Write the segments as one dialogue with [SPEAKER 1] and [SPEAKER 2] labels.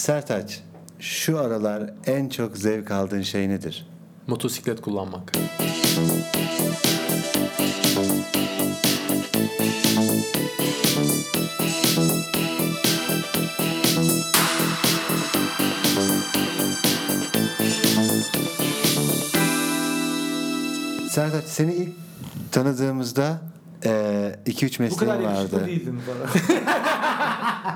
[SPEAKER 1] Sertaç, şu aralar en çok zevk aldığın şey nedir?
[SPEAKER 2] Motosiklet kullanmak.
[SPEAKER 1] Sertaç seni ilk tanıdığımızda 2-3
[SPEAKER 3] Bu kadar
[SPEAKER 1] mesleğin
[SPEAKER 3] yakışıklı
[SPEAKER 1] vardı.
[SPEAKER 3] değildin bana.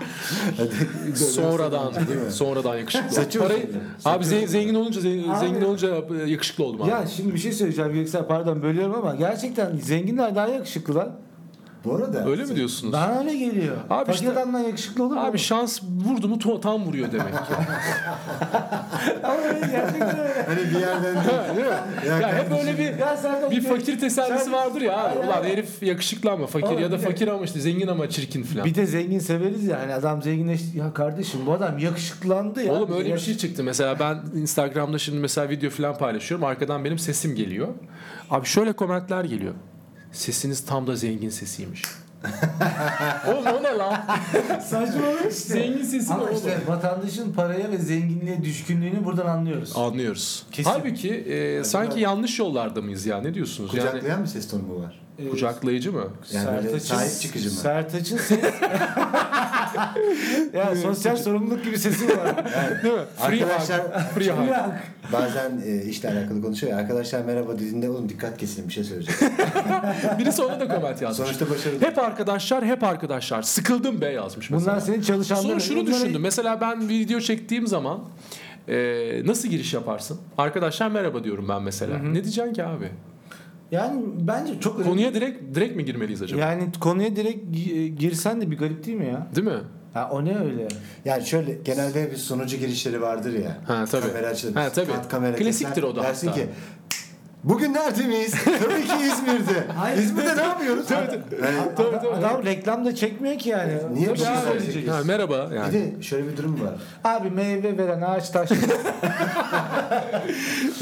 [SPEAKER 2] Sonradan değil mi? Sonradan yakışıklı.
[SPEAKER 1] Saçı mı
[SPEAKER 2] Parayı,
[SPEAKER 1] söyledi?
[SPEAKER 2] abi zen- zengin olunca zen-
[SPEAKER 3] Abi.
[SPEAKER 2] zengin olunca e, yakışıklı oldum abi.
[SPEAKER 3] ya şimdi bir şey söyleyeceğim Yüksel pardon bölüyorum ama gerçekten zenginler daha yakışıklı lan.
[SPEAKER 1] Bu arada
[SPEAKER 2] Öyle mi diyorsunuz?
[SPEAKER 3] Bana öyle geliyor.
[SPEAKER 2] Abi
[SPEAKER 3] Fakir
[SPEAKER 2] işte-
[SPEAKER 3] adamdan yakışıklı olur mu?
[SPEAKER 2] Abi şans vurdu mu to- tam vuruyor demek.
[SPEAKER 3] Ama öyle gerçekten öyle.
[SPEAKER 1] hani bir yerden
[SPEAKER 2] Değil mi?
[SPEAKER 1] Ya
[SPEAKER 2] ya hep böyle bir
[SPEAKER 3] Ya sen de
[SPEAKER 2] bir fakir tesellisi
[SPEAKER 3] Sen-
[SPEAKER 2] vardır ya abi.
[SPEAKER 3] Aynen.
[SPEAKER 2] Ulan herif yakışıklı ama fakir
[SPEAKER 3] Oğlum
[SPEAKER 2] ya da
[SPEAKER 3] bir de-
[SPEAKER 2] fakir ama işte zengin ama çirkin falan.
[SPEAKER 3] Bir de zengin severiz ya. Hani adam zenginleşti. Ya kardeşim bu adam yakışıklandı ya.
[SPEAKER 2] Oğlum öyle bir
[SPEAKER 3] Yakış-
[SPEAKER 2] şey çıktı. Mesela ben Instagram'da şimdi mesela video falan paylaşıyorum. Arkadan benim sesim geliyor. Abi şöyle komentler geliyor. Sesiniz tam da zengin sesiymiş. oğlum o ne lan?
[SPEAKER 3] Saçmalık işte.
[SPEAKER 2] Zengin sesi mi
[SPEAKER 3] Ama
[SPEAKER 2] oğlum?
[SPEAKER 3] işte vatandaşın paraya ve zenginliğe düşkünlüğünü buradan anlıyoruz.
[SPEAKER 2] Anlıyoruz.
[SPEAKER 3] Kesin.
[SPEAKER 2] Halbuki e, sanki yanlış yollarda mıyız ya? Ne diyorsunuz? Yani,
[SPEAKER 1] kucaklayan mı ses tonu mu var?
[SPEAKER 3] Ee,
[SPEAKER 2] kucaklayıcı mı?
[SPEAKER 1] Yani böyle sahip çıkıcı mı?
[SPEAKER 3] Sertaç'ın sesi. ya sosyal sorumluluk gibi sesi var.
[SPEAKER 2] Değil mi? Free
[SPEAKER 1] Arkadaşlar-
[SPEAKER 2] hug. Free hug.
[SPEAKER 1] Bazen e, işle alakalı konuşuyor ya, arkadaşlar merhaba dediğinde oğlum dikkat kesin bir şey söyleyecek.
[SPEAKER 2] Birisi ona da koment yazmış.
[SPEAKER 1] Sonuçta başarılı.
[SPEAKER 2] Hep arkadaşlar, hep arkadaşlar. Sıkıldım be yazmış mesela.
[SPEAKER 3] Bunlar senin çalışanların.
[SPEAKER 2] Sonra şunu
[SPEAKER 3] Bunları-
[SPEAKER 2] düşündüm. Mesela ben video çektiğim zaman e, nasıl giriş yaparsın? Arkadaşlar merhaba diyorum ben mesela. Ne diyeceksin ki abi?
[SPEAKER 3] Yani bence çok önemli.
[SPEAKER 2] Konuya direkt direkt mi girmeliyiz acaba?
[SPEAKER 3] Yani konuya direkt gi- e, girsen de bir garip değil mi ya?
[SPEAKER 2] Değil mi?
[SPEAKER 3] Ha o ne öyle?
[SPEAKER 1] Yani şöyle genelde bir sunucu girişleri vardır ya.
[SPEAKER 2] Ha, tabii.
[SPEAKER 1] Kamera açılır.
[SPEAKER 2] Ha, tabii.
[SPEAKER 1] kat kamera
[SPEAKER 2] Klasiktir
[SPEAKER 1] keser.
[SPEAKER 2] o da
[SPEAKER 1] Dersin
[SPEAKER 2] hatta.
[SPEAKER 1] ki Bugün neredeyiz? tabii ki İzmir'de.
[SPEAKER 3] Hayır,
[SPEAKER 1] İzmir'de ne yapıyoruz?
[SPEAKER 3] Adam, adam reklam da çekmiyor ki yani.
[SPEAKER 1] Niye
[SPEAKER 3] Tabii
[SPEAKER 1] bir şey
[SPEAKER 3] abi.
[SPEAKER 1] söyleyecek?
[SPEAKER 2] Ha, merhaba
[SPEAKER 1] Bir
[SPEAKER 2] yani.
[SPEAKER 1] de şöyle bir durum var.
[SPEAKER 3] Abi meyve veren ağaç taş.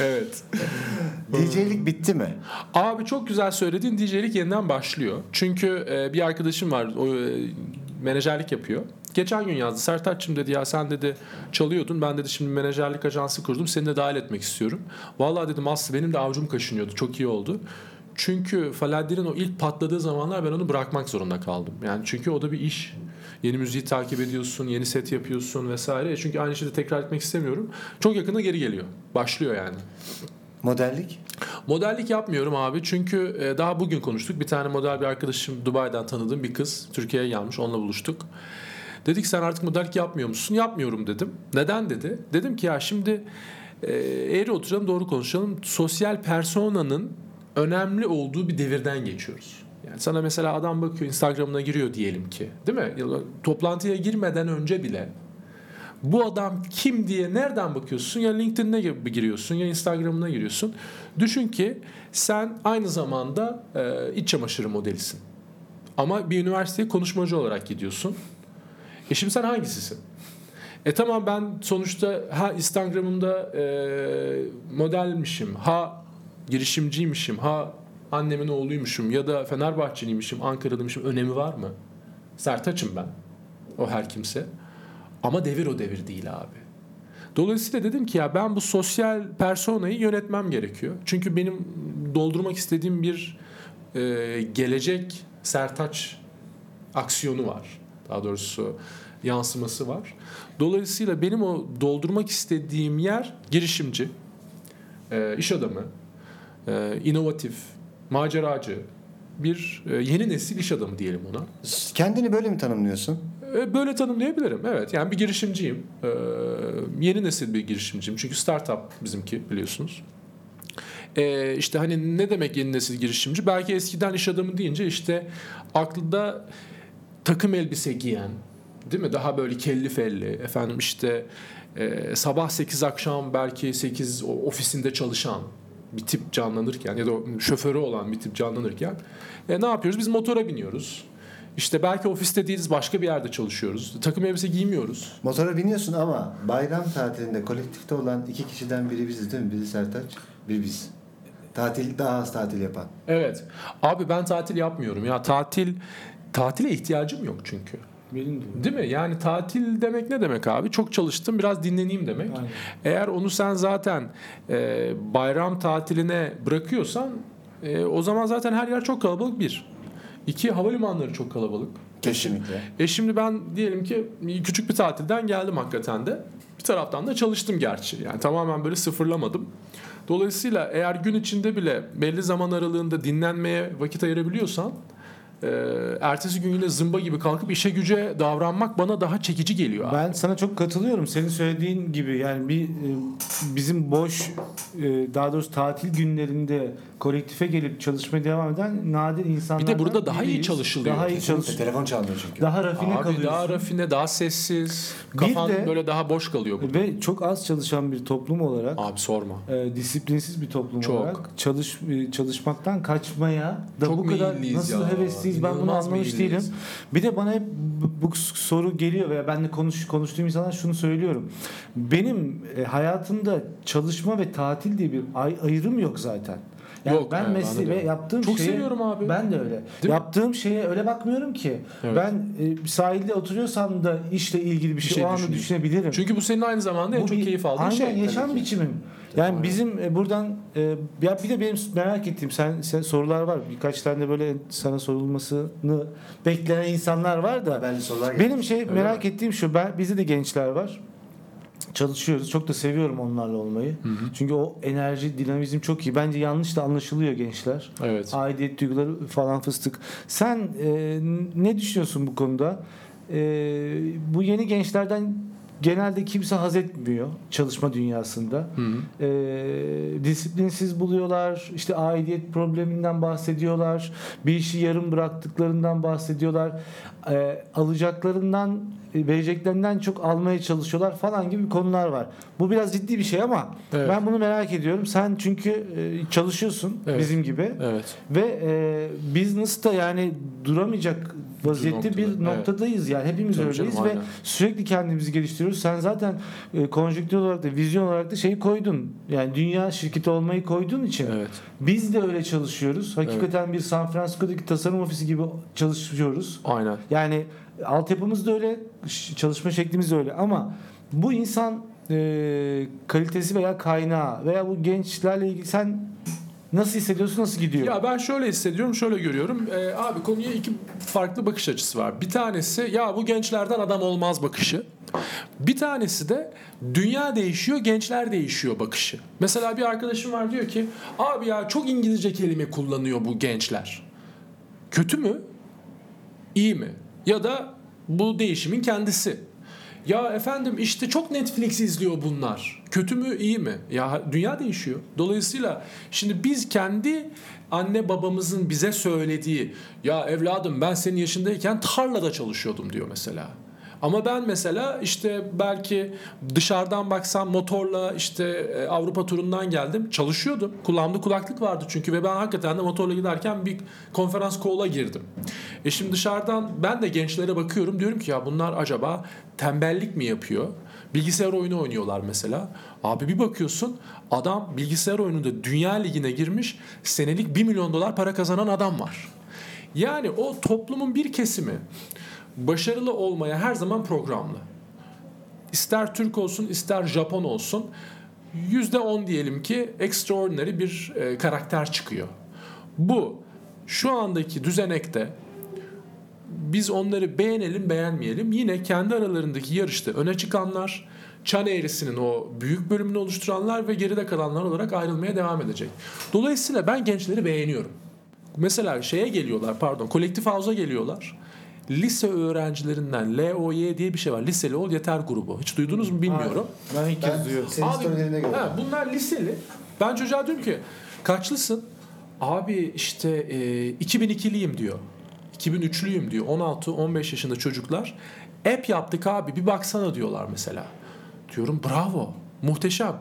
[SPEAKER 2] evet.
[SPEAKER 1] DJ'lik bitti mi?
[SPEAKER 2] Abi çok güzel söylediğin DJ'lik yeniden başlıyor. Çünkü e, bir arkadaşım var. O e, menajerlik yapıyor. Geçen gün yazdı. Sertaç'cığım dedi ya sen dedi çalıyordun. Ben dedi şimdi menajerlik ajansı kurdum. Seni de dahil etmek istiyorum. Vallahi dedim Aslı benim de avcum kaşınıyordu. Çok iyi oldu. Çünkü Faladdir'in o ilk patladığı zamanlar ben onu bırakmak zorunda kaldım. Yani çünkü o da bir iş. Yeni müziği takip ediyorsun, yeni set yapıyorsun vesaire. Çünkü aynı şeyi de tekrar etmek istemiyorum. Çok yakında geri geliyor. Başlıyor yani.
[SPEAKER 1] Modellik?
[SPEAKER 2] Modellik yapmıyorum abi çünkü e, daha bugün konuştuk. Bir tane model bir arkadaşım Dubai'den tanıdığım bir kız Türkiye'ye gelmiş onunla buluştuk. Dedik sen artık modellik yapmıyor musun? Yapmıyorum dedim. Neden dedi. Dedim ki ya şimdi e, eğri oturalım doğru konuşalım. Sosyal personanın önemli olduğu bir devirden geçiyoruz. Yani sana mesela adam bakıyor Instagram'ına giriyor diyelim ki. Değil mi? Ya da Toplantıya girmeden önce bile bu adam kim diye nereden bakıyorsun? Ya LinkedIn'e gi- giriyorsun ya Instagram'ına giriyorsun. Düşün ki sen aynı zamanda e, iç çamaşırı modelisin. Ama bir üniversiteye konuşmacı olarak gidiyorsun. E şimdi sen hangisisin? E tamam ben sonuçta ha Instagram'ımda e, modelmişim, ha girişimciymişim, ha annemin oğluymuşum ya da Fenerbahçeliymişim, Ankaralıymışım önemi var mı? Sertaç'ım ben. O her kimse. Ama devir o devir değil abi. Dolayısıyla dedim ki ya ben bu sosyal personayı yönetmem gerekiyor. Çünkü benim doldurmak istediğim bir e, gelecek sertaç aksiyonu var. Daha doğrusu yansıması var. Dolayısıyla benim o doldurmak istediğim yer girişimci, e, iş adamı, e, inovatif, maceracı, bir e, yeni nesil iş adamı diyelim ona.
[SPEAKER 1] Kendini böyle mi tanımlıyorsun?
[SPEAKER 2] E, Böyle tanımlayabilirim. Evet. Yani bir girişimciyim. E, Yeni nesil bir girişimciyim. Çünkü startup bizimki biliyorsunuz. E, işte hani ne demek yeni nesil girişimci? Belki eskiden iş adamı deyince işte aklında takım elbise giyen değil mi? Daha böyle kelli felli efendim işte e, sabah 8 akşam belki 8 o- ofisinde çalışan bir tip canlanırken ya da o şoförü olan bir tip canlanırken e, ne yapıyoruz? Biz motora biniyoruz. İşte belki ofiste değiliz başka bir yerde çalışıyoruz. Takım elbise giymiyoruz.
[SPEAKER 1] Motora biniyorsun ama bayram tatilinde kolektifte olan iki kişiden biri biziz değil mi? Biri Sertaç, biri biz. Tatil daha az tatil yapan.
[SPEAKER 2] Evet. Abi ben tatil yapmıyorum ya. Tatil tatile ihtiyacım yok çünkü.
[SPEAKER 3] Benim gibi.
[SPEAKER 2] Değil mi? Yani tatil demek ne demek abi? Çok çalıştım biraz dinleneyim demek.
[SPEAKER 3] Aynen.
[SPEAKER 2] Eğer onu sen zaten e, bayram tatiline bırakıyorsan e, o zaman zaten her yer çok kalabalık bir. İki havalimanları çok kalabalık.
[SPEAKER 1] Kesinlikle.
[SPEAKER 2] E şimdi ben diyelim ki küçük bir tatilden geldim hakikaten de. Bir taraftan da çalıştım gerçi. Yani tamamen böyle sıfırlamadım. Dolayısıyla eğer gün içinde bile belli zaman aralığında dinlenmeye vakit ayırabiliyorsan e, ertesi gün yine zımba gibi kalkıp işe güce davranmak bana daha çekici geliyor. abi.
[SPEAKER 3] Ben sana çok katılıyorum. Senin söylediğin gibi yani bir e, bizim boş e, daha doğrusu tatil günlerinde kolektife gelip çalışmaya devam eden nadir insanlar.
[SPEAKER 2] Bir de burada daha iyi çalışılıyor.
[SPEAKER 3] Daha iyi
[SPEAKER 1] Kesinlikle.
[SPEAKER 3] çalış.
[SPEAKER 1] Telefon çalıyor çünkü.
[SPEAKER 3] Daha rafine
[SPEAKER 2] Abi
[SPEAKER 3] kalıyorsun.
[SPEAKER 2] daha rafine, daha sessiz.
[SPEAKER 3] Bir
[SPEAKER 2] Kafan
[SPEAKER 3] de-
[SPEAKER 2] böyle daha boş kalıyor. bu.
[SPEAKER 3] Ve çok az çalışan bir toplum olarak
[SPEAKER 2] Abi sorma.
[SPEAKER 3] e, disiplinsiz bir toplum
[SPEAKER 2] Çok.
[SPEAKER 3] olarak çalış e, çalışmaktan kaçmaya da
[SPEAKER 2] Çok
[SPEAKER 3] bu kadar
[SPEAKER 2] meyilliyiz
[SPEAKER 3] nasıl
[SPEAKER 2] ya.
[SPEAKER 3] hevesliyiz ben bunu
[SPEAKER 2] İnanılmaz
[SPEAKER 3] anlamış
[SPEAKER 2] meyilliyiz.
[SPEAKER 3] değilim. Bir de bana hep bu- bu soru geliyor veya benle konuş konuştuğum insanlar şunu söylüyorum. Benim e, hayatımda çalışma ve tatil diye bir ay- ayrım yok zaten. Yani
[SPEAKER 2] Yok,
[SPEAKER 3] ben
[SPEAKER 2] yani ben de
[SPEAKER 3] mesleği ve
[SPEAKER 2] diyorum.
[SPEAKER 3] yaptığım
[SPEAKER 2] Çok
[SPEAKER 3] şeye-
[SPEAKER 2] seviyorum abi.
[SPEAKER 3] şey- Ben de öyle.
[SPEAKER 2] mi?
[SPEAKER 3] yaptığım şeye öyle bakmıyorum ki.
[SPEAKER 2] Evet.
[SPEAKER 3] Ben e, sahilde oturuyorsam da işle ilgili bir şey,
[SPEAKER 2] şey
[SPEAKER 3] o anda
[SPEAKER 2] düşüneyim.
[SPEAKER 3] düşünebilirim.
[SPEAKER 2] Çünkü bu senin aynı zamanda en
[SPEAKER 3] Bu
[SPEAKER 2] çok
[SPEAKER 3] bir-
[SPEAKER 2] keyif aldığın
[SPEAKER 3] aynen,
[SPEAKER 2] şey.
[SPEAKER 3] yaşam
[SPEAKER 1] tabii ki.
[SPEAKER 3] biçimim. Yani bizim e, buradan e, ya bir de benim merak ettiğim sen, sen sorular var. Birkaç tane de böyle sana sorulmasını bekleyen insanlar var da.
[SPEAKER 1] Haberli sorular geliyor.
[SPEAKER 3] Benim şey merak ettiğim şu. Ben bizde de gençler var. Çalışıyoruz. Çok da seviyorum onlarla olmayı. Çünkü o enerji, dinamizm çok iyi. Bence yanlış da anlaşılıyor gençler.
[SPEAKER 2] Evet.
[SPEAKER 3] Aidiyet duyguları falan fıstık. Sen e, ne düşünüyorsun bu konuda? E, bu yeni gençlerden genelde kimse haz etmiyor çalışma dünyasında.
[SPEAKER 2] Hı.
[SPEAKER 3] E, disiplinsiz buluyorlar. İşte aidiyet probleminden bahsediyorlar. Bir işi yarım bıraktıklarından bahsediyorlar. E, alacaklarından e, vereceklerinden çok almaya çalışıyorlar falan gibi konular var. Bu biraz ciddi bir şey ama
[SPEAKER 2] Evet.
[SPEAKER 3] ben bunu merak ediyorum. Sen çünkü e, çalışıyorsun
[SPEAKER 2] Evet.
[SPEAKER 3] bizim gibi.
[SPEAKER 2] Evet.
[SPEAKER 3] Ve e, business da yani duramayacak vaziyette
[SPEAKER 2] noktada,
[SPEAKER 3] bir
[SPEAKER 2] evet.
[SPEAKER 3] noktadayız yani hepimiz
[SPEAKER 2] Tabii
[SPEAKER 3] öyleyiz
[SPEAKER 2] canım,
[SPEAKER 3] ve
[SPEAKER 2] aynen.
[SPEAKER 3] sürekli kendimizi geliştiriyoruz. Sen zaten e, konjonktür olarak da vizyon olarak da şeyi koydun. Yani dünya şirketi olmayı koyduğun için
[SPEAKER 2] Evet.
[SPEAKER 3] biz de öyle çalışıyoruz. Hakikaten bir San Francisco'daki tasarım ofisi gibi çalışıyoruz.
[SPEAKER 2] Aynen.
[SPEAKER 3] Yani altyapımız da öyle, ş- çalışma şeklimiz de öyle ama bu insan e, kalitesi veya kaynağı veya bu gençlerle ilgili sen nasıl hissediyorsun, nasıl gidiyor?
[SPEAKER 2] Ya ben şöyle hissediyorum, şöyle görüyorum. Ee, abi konuya iki farklı bakış açısı var. Bir tanesi ya bu gençlerden adam olmaz bakışı. Bir tanesi de dünya değişiyor, gençler değişiyor bakışı. Mesela bir arkadaşım var diyor ki abi ya çok İngilizce kelime kullanıyor bu gençler. Kötü mü? İyi mi? Ya da bu değişimin kendisi. Ya efendim işte çok Netflix izliyor bunlar. Kötü mü iyi mi? Ya dünya değişiyor. Dolayısıyla şimdi biz kendi anne babamızın bize söylediği ya evladım ben senin yaşındayken tarlada çalışıyordum diyor mesela. Ama ben mesela işte belki dışarıdan baksam motorla işte e, Avrupa turundan geldim. Çalışıyordum. Kulağımda kulaklık vardı çünkü ve ben hakikaten de motorla giderken bir konferans kola girdim. E şimdi dışarıdan ben de gençlere bakıyorum. Diyorum ki ya bunlar acaba tembellik mi yapıyor? Bilgisayar oyunu oynuyorlar mesela. Abi bir bakıyorsun adam bilgisayar oyununda dünya ligine girmiş. Senelik 1 milyon dolar para kazanan adam var. Yani o toplumun bir kesimi başarılı olmaya her zaman programlı. İster Türk olsun ister Japon olsun %10 diyelim ki extraordinary bir e, karakter çıkıyor. Bu şu andaki düzenekte biz onları beğenelim beğenmeyelim yine kendi aralarındaki yarışta öne çıkanlar çan eğrisinin o büyük bölümünü oluşturanlar ve geride kalanlar olarak ayrılmaya devam edecek. Dolayısıyla ben gençleri beğeniyorum. Mesela şeye geliyorlar pardon kolektif havuza geliyorlar. Lise öğrencilerinden LOY diye bir şey var. Liseli ol yeter grubu. Hiç duydunuz mu bilmiyorum.
[SPEAKER 3] ben ilk kez
[SPEAKER 1] Ben
[SPEAKER 3] duyuyorum.
[SPEAKER 1] senin storylerine göre.
[SPEAKER 2] ha, bunlar liseli. Ben çocuğa diyorum ki kaçlısın? Abi işte e, 2002'liyim diyor. 2003'lüyüm diyor. 16-15 yaşında çocuklar. App yaptık abi bir baksana diyorlar mesela. Diyorum bravo muhteşem.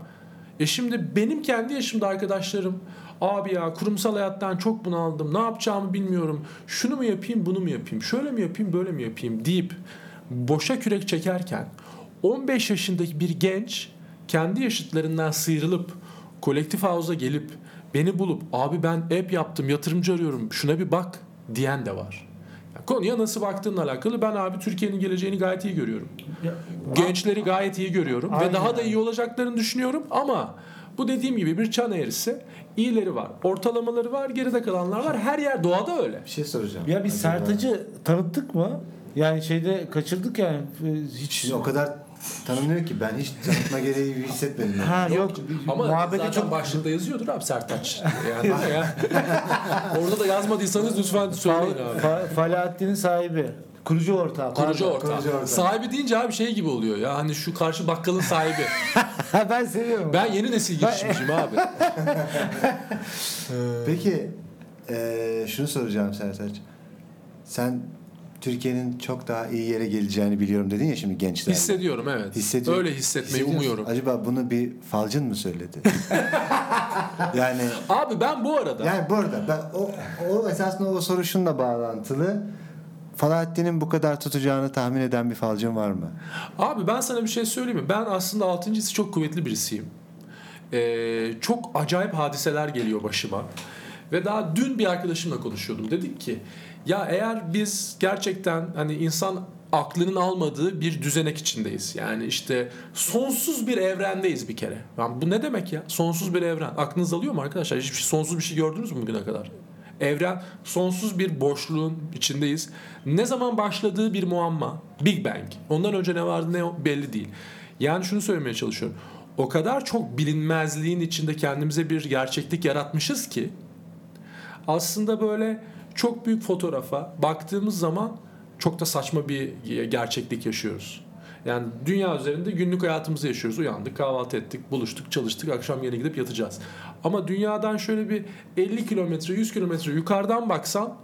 [SPEAKER 2] E şimdi benim kendi yaşımda arkadaşlarım abi ya kurumsal hayattan çok bunaldım ne yapacağımı bilmiyorum şunu mu yapayım bunu mu yapayım şöyle mi yapayım böyle mi yapayım deyip boşa kürek çekerken 15 yaşındaki bir genç kendi yaşıtlarından sıyrılıp kolektif havuza gelip beni bulup abi ben app yaptım yatırımcı arıyorum şuna bir bak diyen de var. Yani konuya nasıl baktığınla alakalı. Ben abi Türkiye'nin geleceğini gayet iyi görüyorum.
[SPEAKER 3] Ya,
[SPEAKER 2] Gençleri gayet iyi görüyorum
[SPEAKER 3] Aynen.
[SPEAKER 2] ve daha da iyi olacaklarını düşünüyorum ama bu dediğim gibi bir çan eğrisi. İyileri var, ortalamaları var, geride kalanlar var. Her yer doğada öyle.
[SPEAKER 1] Bir şey soracağım.
[SPEAKER 3] ya biz
[SPEAKER 1] Acaba-
[SPEAKER 3] Sertac'ı tanıttık mı? Yani şeyde kaçırdık yani e, hiç
[SPEAKER 1] Şimdi o kadar tanımlıyor ki ben hiç tanıtma gereği şey hissetmedim. yani.
[SPEAKER 3] Ha yok,
[SPEAKER 2] Ama
[SPEAKER 3] muhabbete
[SPEAKER 2] zaten
[SPEAKER 3] çok
[SPEAKER 2] başlıkta yazıyordur abi Sertaç. Yani, ya. Orada da yazmadıysanız lütfen söyleyin
[SPEAKER 3] Fa-
[SPEAKER 2] abi.
[SPEAKER 3] Fa- Falahattin'in sahibi. Kurucu ortağı.
[SPEAKER 2] Kurucu
[SPEAKER 3] pardon.
[SPEAKER 2] ortağı.
[SPEAKER 1] kurucu ortağı.
[SPEAKER 2] Sahibi deyince abi şey gibi oluyor ya hani şu karşı bakkalın sahibi.
[SPEAKER 3] Ha, ben seviyorum.
[SPEAKER 2] ben yeni nesil girişimciyim abi.
[SPEAKER 1] Peki eee, şunu soracağım Sertaç. Sen Türkiye'nin çok daha iyi yere geleceğini biliyorum dedin ya şimdi gençler.
[SPEAKER 2] Hissediyorum evet.
[SPEAKER 1] Hissediyor-
[SPEAKER 2] Öyle hissetmeyi
[SPEAKER 1] hissediyorsun.
[SPEAKER 2] umuyorum.
[SPEAKER 1] Acaba bunu bir falcın mı söyledi? yani
[SPEAKER 2] Abi ben bu arada
[SPEAKER 1] yani bu arada ben o, o esasında o soru şununla bağlantılı. Falahattin'in bu kadar tutacağını tahmin eden bir falcın var mı?
[SPEAKER 2] Abi ben sana bir şey söyleyeyim mi? Ben aslında altıncı hissi çok kuvvetli birisiyim. Ee, çok acayip hadiseler geliyor başıma. Ve daha dün bir arkadaşımla konuşuyordum. Dedik ki ya eğer biz gerçekten hani insan aklının almadığı bir düzenek içindeyiz. Yani işte sonsuz bir evrendeyiz bir kere. Lan bu ne demek ya? Sonsuz bir evren. Aklınız alıyor mu arkadaşlar? Hiçbir şey, sonsuz bir şey gördünüz mü bugüne kadar? Evren sonsuz bir boşluğun içindeyiz. Ne zaman başladığı bir muamma. Big Bang. Ondan önce ne vardı ne belli değil. Yani şunu söylemeye çalışıyorum. O kadar çok bilinmezliğin içinde kendimize bir gerçeklik yaratmışız ki aslında böyle çok büyük fotoğrafa baktığımız zaman çok da saçma bir gerçeklik yaşıyoruz. Yani dünya üzerinde günlük hayatımızı yaşıyoruz. Uyandık, kahvaltı ettik, buluştuk, çalıştık, akşam yine gidip yatacağız. Ama dünyadan şöyle bir 50 kilometre, 100 kilometre yukarıdan baksan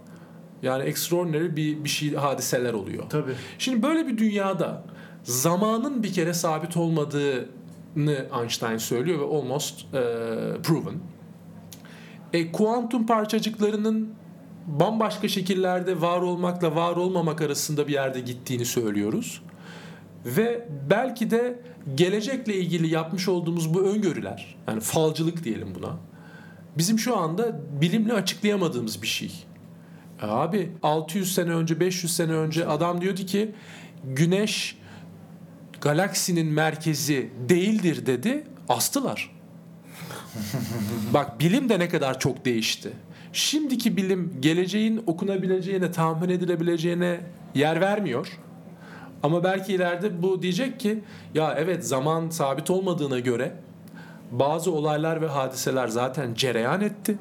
[SPEAKER 2] yani extraordinary bir, bir şey hadiseler oluyor.
[SPEAKER 3] Tabii.
[SPEAKER 2] Şimdi böyle bir dünyada zamanın bir kere sabit olmadığını Einstein söylüyor ve almost e, proven. E, kuantum parçacıklarının bambaşka şekillerde var olmakla var olmamak arasında bir yerde gittiğini söylüyoruz. Ve belki de gelecekle ilgili yapmış olduğumuz bu öngörüler, yani falcılık diyelim buna, bizim şu anda bilimle açıklayamadığımız bir şey. E Abi 600 sene önce 500 sene önce adam diyordu ki güneş galaksinin merkezi değildir dedi astılar. Bak bilim de ne kadar çok değişti. Şimdiki bilim geleceğin okunabileceğine, tahmin edilebileceğine yer vermiyor. Ama belki ileride bu diyecek ki ya evet zaman sabit olmadığına göre bazı olaylar ve hadiseler zaten cereyan etti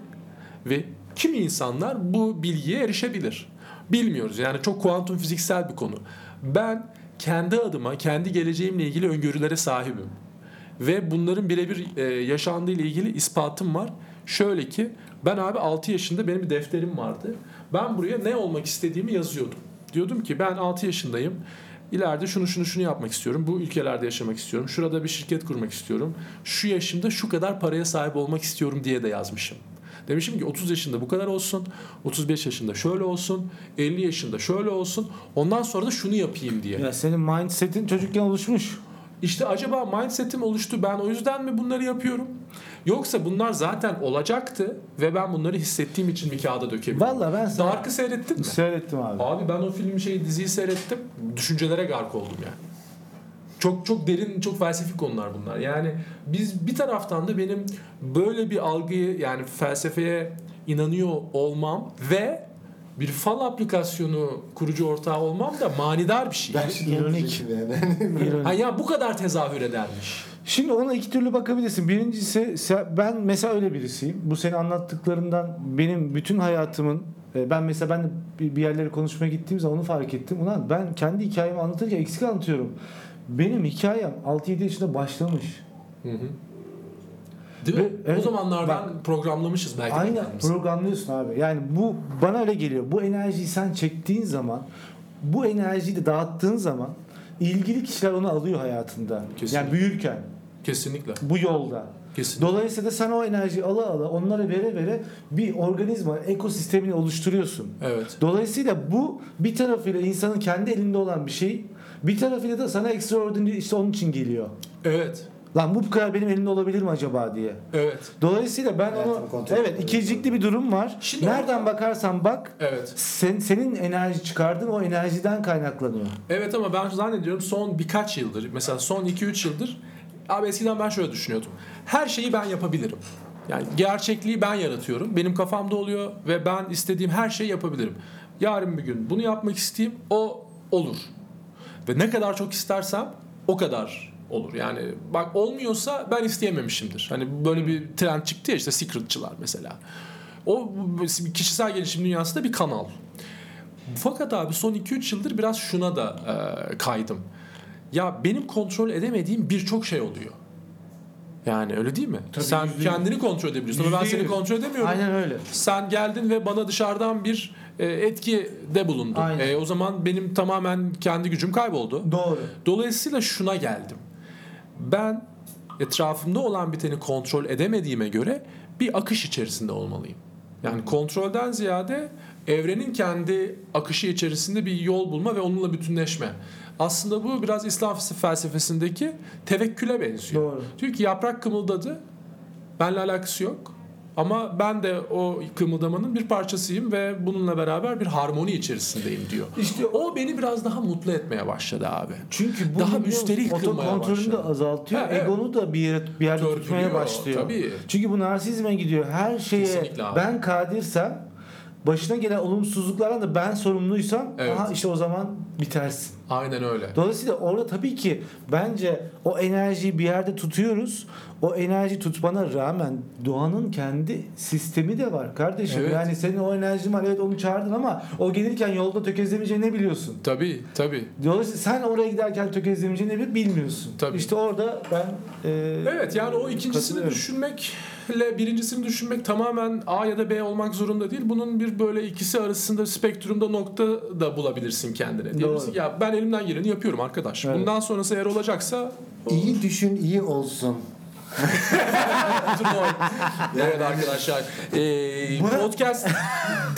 [SPEAKER 2] ve kimi insanlar bu bilgiye erişebilir. Bilmiyoruz yani çok kuantum fiziksel bir konu. Ben kendi adıma, kendi geleceğimle ilgili öngörülere sahibim. Ve bunların birebir e, yaşandığı ile ilgili ispatım var. Şöyle ki ben abi 6 yaşında benim bir defterim vardı. Ben buraya ne olmak istediğimi yazıyordum. Diyordum ki ben 6 yaşındayım. İleride şunu şunu şunu yapmak istiyorum. Bu ülkelerde yaşamak istiyorum. Şurada bir şirket kurmak istiyorum. Şu yaşımda şu kadar paraya sahip olmak istiyorum diye de yazmışım. Demişim ki 30 yaşında bu kadar olsun, 35 yaşında şöyle olsun, 50 yaşında şöyle olsun. Ondan sonra da şunu yapayım diye.
[SPEAKER 3] Ya senin mindset'in çocukken oluşmuş.
[SPEAKER 2] İşte acaba mindset'im oluştu ben o yüzden mi bunları yapıyorum? Yoksa bunlar zaten olacaktı ve ben bunları hissettiğim için bir kağıda dökebiliyorum.
[SPEAKER 3] Vallahi ben sana
[SPEAKER 2] Dark'ı seyrettin mi?
[SPEAKER 3] seyrettim abi.
[SPEAKER 2] Abi ben o film şeyi diziyi seyrettim. Düşüncelere gark oldum yani. Çok çok derin, çok felsefi konular bunlar. Yani biz bir taraftan da benim böyle bir algıyı yani felsefeye inanıyor olmam ve bir fal aplikasyonu kurucu ortağı olmam da manidar bir şey.
[SPEAKER 1] Ben şunu
[SPEAKER 3] İronik.
[SPEAKER 1] yani.
[SPEAKER 3] İroni.
[SPEAKER 2] Ha ya bu kadar tezahür edermiş.
[SPEAKER 3] Şimdi ona iki türlü bakabilirsin. Birincisi se- ben mesela öyle birisiyim. Bu senin anlattıklarından benim bütün hayatımın e, ben mesela ben de bir bir yerlere konuşmaya gittiğim zaman onu fark ettim. Ulan ben kendi hikayemi anlatırken eksik anlatıyorum. Benim hikayem 6-7 yaşında başlamış.
[SPEAKER 2] Değil mi?
[SPEAKER 3] Ve-
[SPEAKER 2] O zamanlardan programlamışız belki. de
[SPEAKER 3] Aynen
[SPEAKER 2] kendimizi.
[SPEAKER 3] programlıyorsun abi. Yani bu bana öyle geliyor. Bu enerjiyi sen çektiğin zaman bu enerjiyi de dağıttığın zaman ilgili kişiler onu alıyor hayatında.
[SPEAKER 2] Kesinlikle.
[SPEAKER 3] Yani büyürken
[SPEAKER 2] Kesinlikle.
[SPEAKER 3] bu yolda.
[SPEAKER 2] Kesinlikle.
[SPEAKER 3] Dolayısıyla da sen o enerjiyi ala ala onlara vere vere bir organizma ekosistemini oluşturuyorsun.
[SPEAKER 2] Evet.
[SPEAKER 3] Dolayısıyla bu bir tarafıyla insanın kendi elinde olan bir şey. Bir tarafıyla da sana ekstraordinary işte onun için geliyor.
[SPEAKER 2] Evet.
[SPEAKER 3] Lan bu kadar benim elimde olabilir mi acaba diye.
[SPEAKER 2] Evet.
[SPEAKER 3] Dolayısıyla ben
[SPEAKER 1] Hayatımı
[SPEAKER 3] onu
[SPEAKER 1] kontrol
[SPEAKER 3] evet
[SPEAKER 1] ediyorum.
[SPEAKER 3] ikircikli bir durum var.
[SPEAKER 2] Şimdi-
[SPEAKER 3] Nereden bakarsan bak
[SPEAKER 2] Evet.
[SPEAKER 3] sen senin enerji çıkardığın o enerjiden kaynaklanıyor.
[SPEAKER 2] Evet ama ben zannediyorum son birkaç yıldır mesela son 2-3 yıldır abi eskiden ben şöyle düşünüyordum. Her şeyi ben yapabilirim. Yani gerçekliği ben yaratıyorum. Benim kafamda oluyor ve ben istediğim her şeyi yapabilirim. Yarın bir gün bunu yapmak isteyeyim o olur. Ve ne kadar çok istersem o kadar olur. Yani bak olmuyorsa ben isteyememişimdir. Hani böyle bir trend çıktı ya işte secretçılar mesela. O bu- bu- kişisel gelişim dünyasında bir kanal. Fakat abi son 2-3 yıldır biraz şuna da e, kaydım. Ya benim kontrol edemediğim birçok şey oluyor. Yani öyle değil mi?
[SPEAKER 3] Tabii,
[SPEAKER 2] Sen
[SPEAKER 3] yüzde yüz.
[SPEAKER 2] kendini kontrol edebiliyorsun ama ben
[SPEAKER 3] Yüzde
[SPEAKER 2] seni
[SPEAKER 3] yüz.
[SPEAKER 2] kontrol edemiyorum.
[SPEAKER 3] Aynen öyle.
[SPEAKER 2] Sen geldin ve bana dışarıdan bir e, etkide bulundun.
[SPEAKER 3] Aynen.
[SPEAKER 2] E, o zaman benim tamamen kendi gücüm kayboldu.
[SPEAKER 3] Doğru.
[SPEAKER 2] Dolayısıyla şuna geldim. Ben etrafımda olan biteni kontrol edemediğime göre bir akış içerisinde olmalıyım. Yani kontrolden ziyade evrenin kendi akışı içerisinde bir yol bulma ve onunla bütünleşme. Aslında bu biraz İslam felsefesindeki tevekküle benziyor.
[SPEAKER 3] Doğru.
[SPEAKER 2] Diyor ki yaprak kımıldadı. Benle alakası yok. Ama ben de o kımıldamanın bir parçasıyım ve bununla beraber bir harmoni içerisindeyim diyor.
[SPEAKER 3] İşte
[SPEAKER 2] O beni biraz daha mutlu etmeye başladı abi.
[SPEAKER 3] Çünkü bu
[SPEAKER 2] Daha
[SPEAKER 3] biliyor musun,
[SPEAKER 2] müsterih kılmaya
[SPEAKER 3] otokontrolünü de
[SPEAKER 2] başladı.
[SPEAKER 3] azaltıyor.
[SPEAKER 2] Ha, evet.
[SPEAKER 3] Egonu da bir yere bir yerde
[SPEAKER 2] Törpülüyor,
[SPEAKER 3] tutmaya başlıyor.
[SPEAKER 2] tabii.
[SPEAKER 3] Çünkü bu narsizme gidiyor. Her şeye
[SPEAKER 2] Kesinlikle abi.
[SPEAKER 3] ben kadirsem başına gelen olumsuzluklardan da ben sorumluysam
[SPEAKER 2] Evet.
[SPEAKER 3] aha işte o zaman bitersin.
[SPEAKER 2] Aynen öyle.
[SPEAKER 3] Dolayısıyla orada tabii ki bence o enerjiyi bir yerde tutuyoruz. O enerji tutmana rağmen doğanın kendi sistemi de var kardeşim.
[SPEAKER 2] Evet.
[SPEAKER 3] Yani senin o enerjin var evet onu çağırdın ama o gelirken yolda tökezlemeyeceğini ne biliyorsun?
[SPEAKER 2] Tabii tabii.
[SPEAKER 3] Dolayısıyla sen oraya giderken tökezlemeyeceğini bile bilmiyorsun.
[SPEAKER 2] Tabii.
[SPEAKER 3] İşte orada ben e,
[SPEAKER 2] Evet yani o ikincisini
[SPEAKER 3] katılıyorum.
[SPEAKER 2] düşünmekle birincisini düşünmek tamamen A ya da B olmak zorunda değil. Bunun bir böyle ikisi arasında spektrumda nokta da bulabilirsin kendine. Diyebilirsin
[SPEAKER 3] Doğru.
[SPEAKER 2] ki, ya ben elimden geleni yapıyorum arkadaş.
[SPEAKER 3] Evet.
[SPEAKER 2] Bundan sonrası eğer olacaksa
[SPEAKER 1] İyi düşün, iyi olsun.
[SPEAKER 2] evet arkadaşlar. Ee, podcast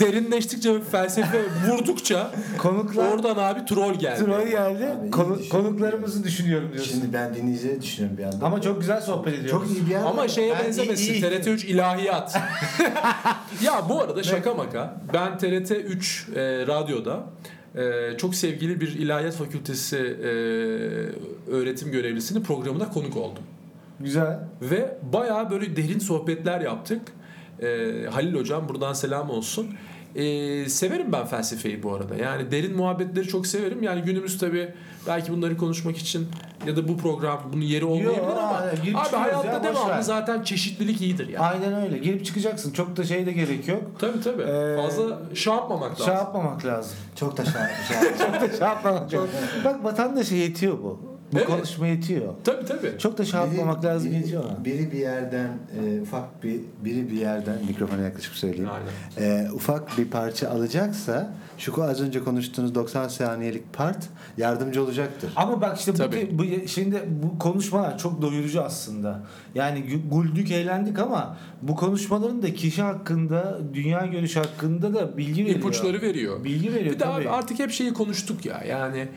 [SPEAKER 2] derinleştikçe ve felsefe vurdukça
[SPEAKER 3] konuklar
[SPEAKER 2] oradan abi troll geldi.
[SPEAKER 3] troll geldi.
[SPEAKER 1] Abi,
[SPEAKER 3] Konu-
[SPEAKER 1] iyi düşün.
[SPEAKER 3] konuklarımızı düşünüyorum diyorsun.
[SPEAKER 1] Şimdi ben dinleyicileri düşünüyorum bir yandan.
[SPEAKER 3] Ama çok güzel sohbet ediyoruz.
[SPEAKER 1] çok iyi bir yer.
[SPEAKER 2] Ama şeye
[SPEAKER 3] Ben
[SPEAKER 2] benzemesin.
[SPEAKER 3] iyi- iyi-
[SPEAKER 2] TRT3 ilahiyat. ya bu arada şaka maka. Ben TRT3 e, radyoda e, çok sevgili bir ilahiyat fakültesi e, öğretim görevlisinin programına konuk oldum.
[SPEAKER 3] Güzel.
[SPEAKER 2] Ve bayağı böyle derin sohbetler yaptık. E, Halil hocam buradan selam olsun. E, severim ben felsefeyi bu arada. Yani derin muhabbetleri çok severim. Yani günümüz tabii belki bunları konuşmak için ya da bu program bunun yeri olmayabilir ama
[SPEAKER 3] aynen. Girip
[SPEAKER 2] abi
[SPEAKER 3] çıkıyoruz
[SPEAKER 2] hayatta
[SPEAKER 3] ya, boş
[SPEAKER 2] devamlı
[SPEAKER 3] ver.
[SPEAKER 2] zaten çeşitlilik iyidir yani.
[SPEAKER 3] Aynen öyle. Girip çıkacaksın. Çok da şey de gerek yok.
[SPEAKER 2] Tabii tabii.
[SPEAKER 3] Ee,
[SPEAKER 2] Fazla şey yapmamak lazım.
[SPEAKER 3] Şey yapmamak lazım.
[SPEAKER 1] Çok da şahane.
[SPEAKER 3] şey yapmamak lazım. Bak vatandaşa yetiyor bu. Bu
[SPEAKER 2] Evet.
[SPEAKER 3] konuşma yetiyor.
[SPEAKER 2] Tabii tabii.
[SPEAKER 3] Çok da şey yapmamak lazım yetiyor. ona.
[SPEAKER 1] Biri bir yerden e, ufak bir biri bir yerden mikrofona yaklaşıp söyleyeyim.
[SPEAKER 2] Aynen.
[SPEAKER 1] E, ufak bir parça alacaksa şu az önce konuştuğunuz 90 saniyelik part yardımcı olacaktır.
[SPEAKER 3] Ama bak işte
[SPEAKER 2] Tabii.
[SPEAKER 3] bu, bu şimdi bu konuşmalar çok doyurucu aslında. Yani gü- güldük eğlendik ama bu konuşmaların da kişi hakkında, dünya görüşü hakkında da bilgi veriyor.
[SPEAKER 2] İpuçları veriyor.
[SPEAKER 3] Bilgi veriyor
[SPEAKER 2] Bir de
[SPEAKER 3] E, tabii.
[SPEAKER 2] abi artık hep şeyi konuştuk ya. Yani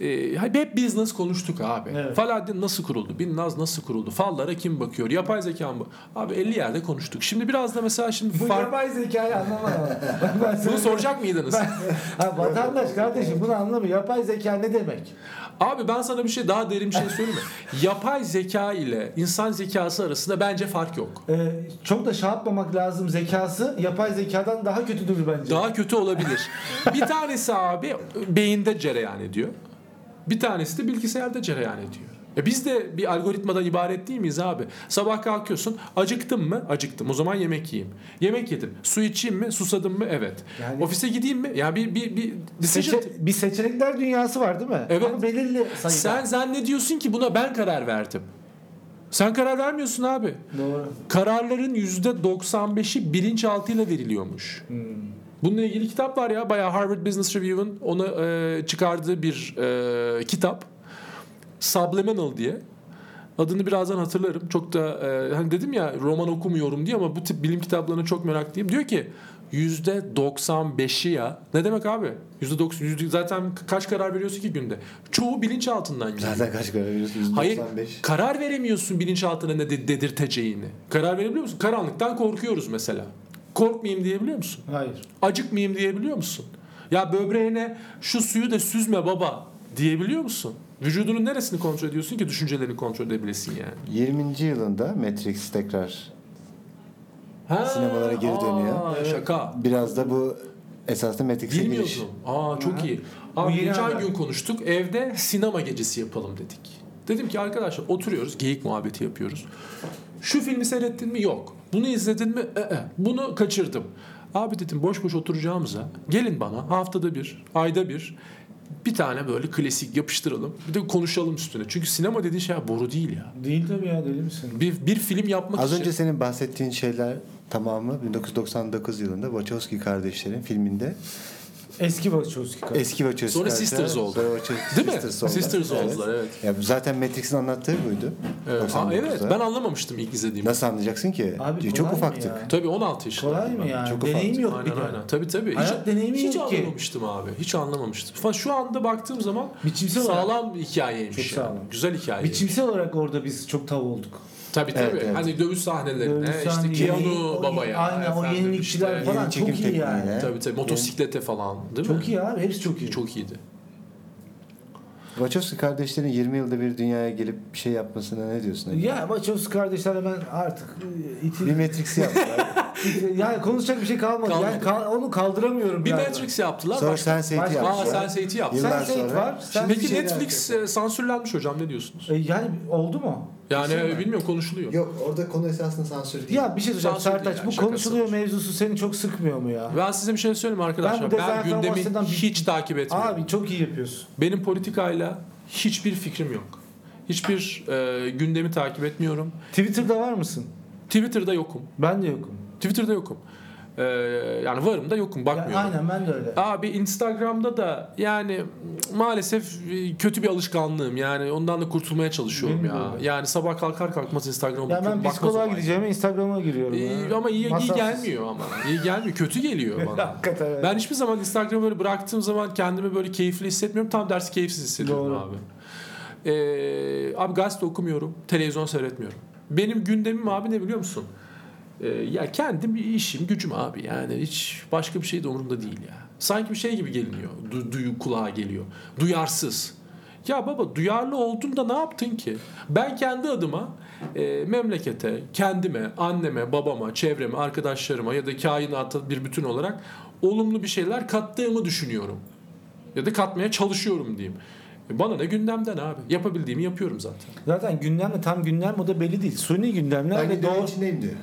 [SPEAKER 2] e, hep business konuştuk abi.
[SPEAKER 3] Evet.
[SPEAKER 2] Faladdin nasıl kuruldu? Binnaz nasıl kuruldu? Fallara kim bakıyor? Yapay zeka mı? Abi 50 yerde konuştuk. Şimdi biraz da mesela şimdi
[SPEAKER 3] bu
[SPEAKER 2] fark...
[SPEAKER 3] yapay zekayı anlamadım. Bak ben sana-
[SPEAKER 2] Bunu soracak mıydınız?
[SPEAKER 3] Ben- ha, vatandaş kardeşim bunu anlamıyor. Yapay zeka ne demek?
[SPEAKER 2] Abi ben sana bir şey daha derin bir şey söyleyeyim mi? Yapay zeka ile insan zekası arasında bence fark yok.
[SPEAKER 3] Ee, çok da şey yapmamak lazım zekası. Yapay zekadan daha kötüdür bence.
[SPEAKER 2] Daha kötü olabilir. bir tanesi abi beyinde cereyan ediyor. Bir tanesi de bilgisayarda cereyan ediyor. E biz de bir algoritmadan ibaret değil miyiz abi? Sabah kalkıyorsun, acıktım mı? Acıktım. O zaman yemek yiyeyim. Yemek yedim. Su içeyim mi? Susadım mı? Evet.
[SPEAKER 3] Yani-
[SPEAKER 2] Ofise gideyim mi? Yani bir bir bir decision.
[SPEAKER 3] Seçe- bir seçenekler dünyası var değil mi?
[SPEAKER 2] Evet.
[SPEAKER 3] Ama belirli sayıda.
[SPEAKER 2] Sen zannediyorsun ki buna ben karar verdim. Sen karar vermiyorsun abi.
[SPEAKER 3] Doğru.
[SPEAKER 2] Kararların %95'i bilinçaltıyla veriliyormuş. Bununla ilgili kitap var ya bayağı Harvard Business Review'un ona e, çıkardığı bir e, kitap. Subliminal diye. Adını birazdan hatırlarım. Çok da e, hani dedim ya roman okumuyorum diye ama bu tip bilim kitaplarına çok meraklıyım. Diyor ki %95'i ya. Ne demek abi? %90 yüzde- zaten kaç karar veriyorsun ki günde? Çoğu bilinç altından geliyor.
[SPEAKER 1] Zaten kaç karar veriyorsun?
[SPEAKER 2] Hayır
[SPEAKER 1] 95.
[SPEAKER 2] karar veremiyorsun bilinçaltına ne de- dedirteceğini. Karar verebiliyor musun? Karanlıktan korkuyoruz mesela. Korkmayayım diyebiliyor musun?
[SPEAKER 3] Hayır.
[SPEAKER 2] Acıkmayayım diyebiliyor musun? Ya böbreğine şu suyu da süzme baba diyebiliyor musun? Vücudunun neresini kontrol ediyorsun ki düşüncelerini kontrol edebilesin yani?
[SPEAKER 1] 20. yılında Matrix tekrar
[SPEAKER 2] Ha,
[SPEAKER 1] Sinemalara geri dönüyor.
[SPEAKER 2] aa, Şaka.
[SPEAKER 1] biraz da bu esasında Matrix'e giriş.
[SPEAKER 2] Bilmiyordum. Aa çok
[SPEAKER 3] Aha.
[SPEAKER 2] iyi.
[SPEAKER 3] Bu
[SPEAKER 2] Abi
[SPEAKER 3] yeni
[SPEAKER 2] geçen
[SPEAKER 3] haber.
[SPEAKER 2] gün konuştuk. Evde sinema gecesi yapalım dedik. Dedim ki arkadaşlar oturuyoruz, geyik muhabbeti yapıyoruz. Şu filmi seyrettin mi? Yok. Bunu izledin mi? Ee. Bunu kaçırdım. Abi dedim boş boş oturacağımıza gelin bana haftada bir, ayda bir bir tane böyle klasik yapıştıralım. Bir de konuşalım üstüne. Çünkü sinema dediğin şey boru değil ya.
[SPEAKER 3] Değil tabii ya deli misin?
[SPEAKER 2] Bir, bir film yapmak
[SPEAKER 1] Az
[SPEAKER 2] için.
[SPEAKER 1] önce senin bahsettiğin şeyler tamamı 1999 yılında Wachowski kardeşlerin filminde
[SPEAKER 3] Eski Wachowski kadar.
[SPEAKER 1] eski Wachowski
[SPEAKER 2] Sonra
[SPEAKER 1] kardeşler-
[SPEAKER 2] Sisters oldu.
[SPEAKER 1] Sonra Wachowski
[SPEAKER 2] Değil mi?
[SPEAKER 1] Sisters oldu.
[SPEAKER 2] Sisters
[SPEAKER 1] Evet.
[SPEAKER 2] oldular evet.
[SPEAKER 1] Ya zaten Matrix'in anlattığı buydu.
[SPEAKER 2] Evet. Aa,
[SPEAKER 1] 99'da.
[SPEAKER 2] evet ben anlamamıştım ilk izlediğimde.
[SPEAKER 1] Nasıl anlayacaksın ki?
[SPEAKER 3] Abi
[SPEAKER 1] Çok
[SPEAKER 3] kolay mı
[SPEAKER 1] ufaktık.
[SPEAKER 3] ya?
[SPEAKER 2] Tabii 16 yaşında.
[SPEAKER 3] Kolay mı yani?
[SPEAKER 1] Çok
[SPEAKER 3] Deneyim
[SPEAKER 1] ufak.
[SPEAKER 3] yok
[SPEAKER 2] Aynen
[SPEAKER 3] bir de.
[SPEAKER 2] aynen. Tabii tabii.
[SPEAKER 3] Hayat
[SPEAKER 2] hiç,
[SPEAKER 3] deneyimi
[SPEAKER 2] hiç
[SPEAKER 3] yok ki.
[SPEAKER 2] anlamamıştım abi. Hiç anlamamıştım. Fa- Şu anda baktığım zaman
[SPEAKER 3] Biçimsel olarak,
[SPEAKER 2] sağlam bir hikayeymiş.
[SPEAKER 3] Çok
[SPEAKER 2] yani.
[SPEAKER 3] sağlam.
[SPEAKER 2] Güzel hikaye.
[SPEAKER 3] biçimsel olarak orada biz çok tav olduk.
[SPEAKER 2] Tabii tabii.
[SPEAKER 1] Evet, evet.
[SPEAKER 2] Hani dövüş sahnelerine,
[SPEAKER 3] Dövüş
[SPEAKER 2] işte
[SPEAKER 3] sahne,
[SPEAKER 2] Keanu
[SPEAKER 3] yeni-
[SPEAKER 2] babaya.
[SPEAKER 3] aynen, o
[SPEAKER 2] efendim
[SPEAKER 3] yenilikçiler
[SPEAKER 2] işte-
[SPEAKER 3] falan
[SPEAKER 1] Yeni çekim
[SPEAKER 3] çok iyi yani.
[SPEAKER 1] tekniğiyle.
[SPEAKER 2] Tabii tabii. Motosiklete falan değil mi?
[SPEAKER 3] Çok iyi abi hepsi çok iyi.
[SPEAKER 2] Çok iyiydi.
[SPEAKER 1] Wachowski kardeşlerin 20 yılda bir dünyaya gelip bir şey yapmasına ne diyorsun? Ege?
[SPEAKER 3] Ya Wachowski kardeşlerle ben artık e,
[SPEAKER 1] Bir
[SPEAKER 3] itil,
[SPEAKER 1] Matrix'i yaptılar.
[SPEAKER 3] itil- yani konuşacak bir şey kalmadı.
[SPEAKER 2] Kalmadı.
[SPEAKER 3] Yani kal- onu kaldıramıyorum.
[SPEAKER 2] Bir
[SPEAKER 3] galiba.
[SPEAKER 2] Matrix yaptılar.
[SPEAKER 1] Sonra
[SPEAKER 2] başka-
[SPEAKER 1] Sense8
[SPEAKER 3] başka-
[SPEAKER 2] Aa
[SPEAKER 1] yaptılar.
[SPEAKER 2] Sense8'i
[SPEAKER 1] Yıllar-
[SPEAKER 2] yaptılar.
[SPEAKER 3] Sen şey
[SPEAKER 1] sonra-
[SPEAKER 3] var. sen bir
[SPEAKER 2] Peki
[SPEAKER 3] şey
[SPEAKER 2] Netflix
[SPEAKER 3] daha-
[SPEAKER 2] e, sansürlenmiş hocam ne diyorsunuz?
[SPEAKER 3] E, yani oldu mu?
[SPEAKER 2] Yani e,
[SPEAKER 3] Şey mi?
[SPEAKER 2] bilmiyorum konuşuluyor.
[SPEAKER 1] Yok orada konu esasında sansür değil.
[SPEAKER 3] Ya bir şey soracağım
[SPEAKER 2] Sansür
[SPEAKER 3] Sertaç
[SPEAKER 2] değil
[SPEAKER 3] bu
[SPEAKER 2] yani, şakası
[SPEAKER 3] konuşuluyor
[SPEAKER 2] var.
[SPEAKER 3] mevzusu seni çok sıkmıyor mu ya?
[SPEAKER 2] Ben size bir şey söyleyeyim
[SPEAKER 3] Ben
[SPEAKER 2] arkadaşlar.
[SPEAKER 3] bu
[SPEAKER 2] Ben,
[SPEAKER 3] dezenformasyondan
[SPEAKER 2] gündemi
[SPEAKER 3] bir-
[SPEAKER 2] hiç takip etmiyorum.
[SPEAKER 3] Abi çok iyi yapıyorsun.
[SPEAKER 2] Benim politikayla hiçbir fikrim yok. Hiçbir e, gündemi takip etmiyorum.
[SPEAKER 3] Twitter'da var mısın?
[SPEAKER 2] Twitter'da yokum.
[SPEAKER 3] Ben de yokum.
[SPEAKER 2] Twitter'da yokum. E, yani varım da yokum
[SPEAKER 3] Ya,
[SPEAKER 2] bakmıyorum.
[SPEAKER 3] aynen ben de öyle.
[SPEAKER 2] Abi Instagram'da da yani maalesef e, kötü bir alışkanlığım. Yani ondan da kurtulmaya çalışıyorum
[SPEAKER 3] Benim de
[SPEAKER 2] ya.
[SPEAKER 3] öyle.
[SPEAKER 2] Yani sabah kalkar kalkmaz Instagram'a
[SPEAKER 3] Ya ben
[SPEAKER 2] bakmaz
[SPEAKER 3] psikoloğa
[SPEAKER 2] olay.
[SPEAKER 3] gideceğime Instagram'a giriyorum.
[SPEAKER 2] E,
[SPEAKER 3] ya.
[SPEAKER 2] ama iyi, iyi
[SPEAKER 3] Masrafsız.
[SPEAKER 2] gelmiyor ama. İyi gelmiyor. Kötü geliyor bana.
[SPEAKER 3] Hakikaten öyle.
[SPEAKER 2] Ben hiçbir zaman Instagram'ı böyle bıraktığım zaman kendimi böyle keyifli hissetmiyorum. Tam dersi keyifsiz hissediyorum
[SPEAKER 3] Doğru.
[SPEAKER 2] abi. Ee, abi gazete okumuyorum. Televizyon seyretmiyorum. Benim gündemim abi ne biliyor musun? Ee, ya kendim bir işim gücüm abi yani hiç başka bir şey de umurumda değil ya. Sanki bir şey gibi geliniyor. Du- duyu kulağa geliyor. Duyarsız. Ya baba duyarlı olduğunda ne yaptın ki? Ben kendi adıma e, memlekete, kendime, anneme, babama, çevreme, arkadaşlarıma ya da kainata bir bütün olarak olumlu bir şeyler kattığımı düşünüyorum. Ya da katmaya çalışıyorum diyeyim. E, Bana ne gündemden abi. Yapabildiğimi yapıyorum zaten.
[SPEAKER 3] Zaten gündemle tam gündem o da belli değil. Suni gündemler
[SPEAKER 1] Ben
[SPEAKER 3] ve doğru.
[SPEAKER 1] gündem içindeyim diyor.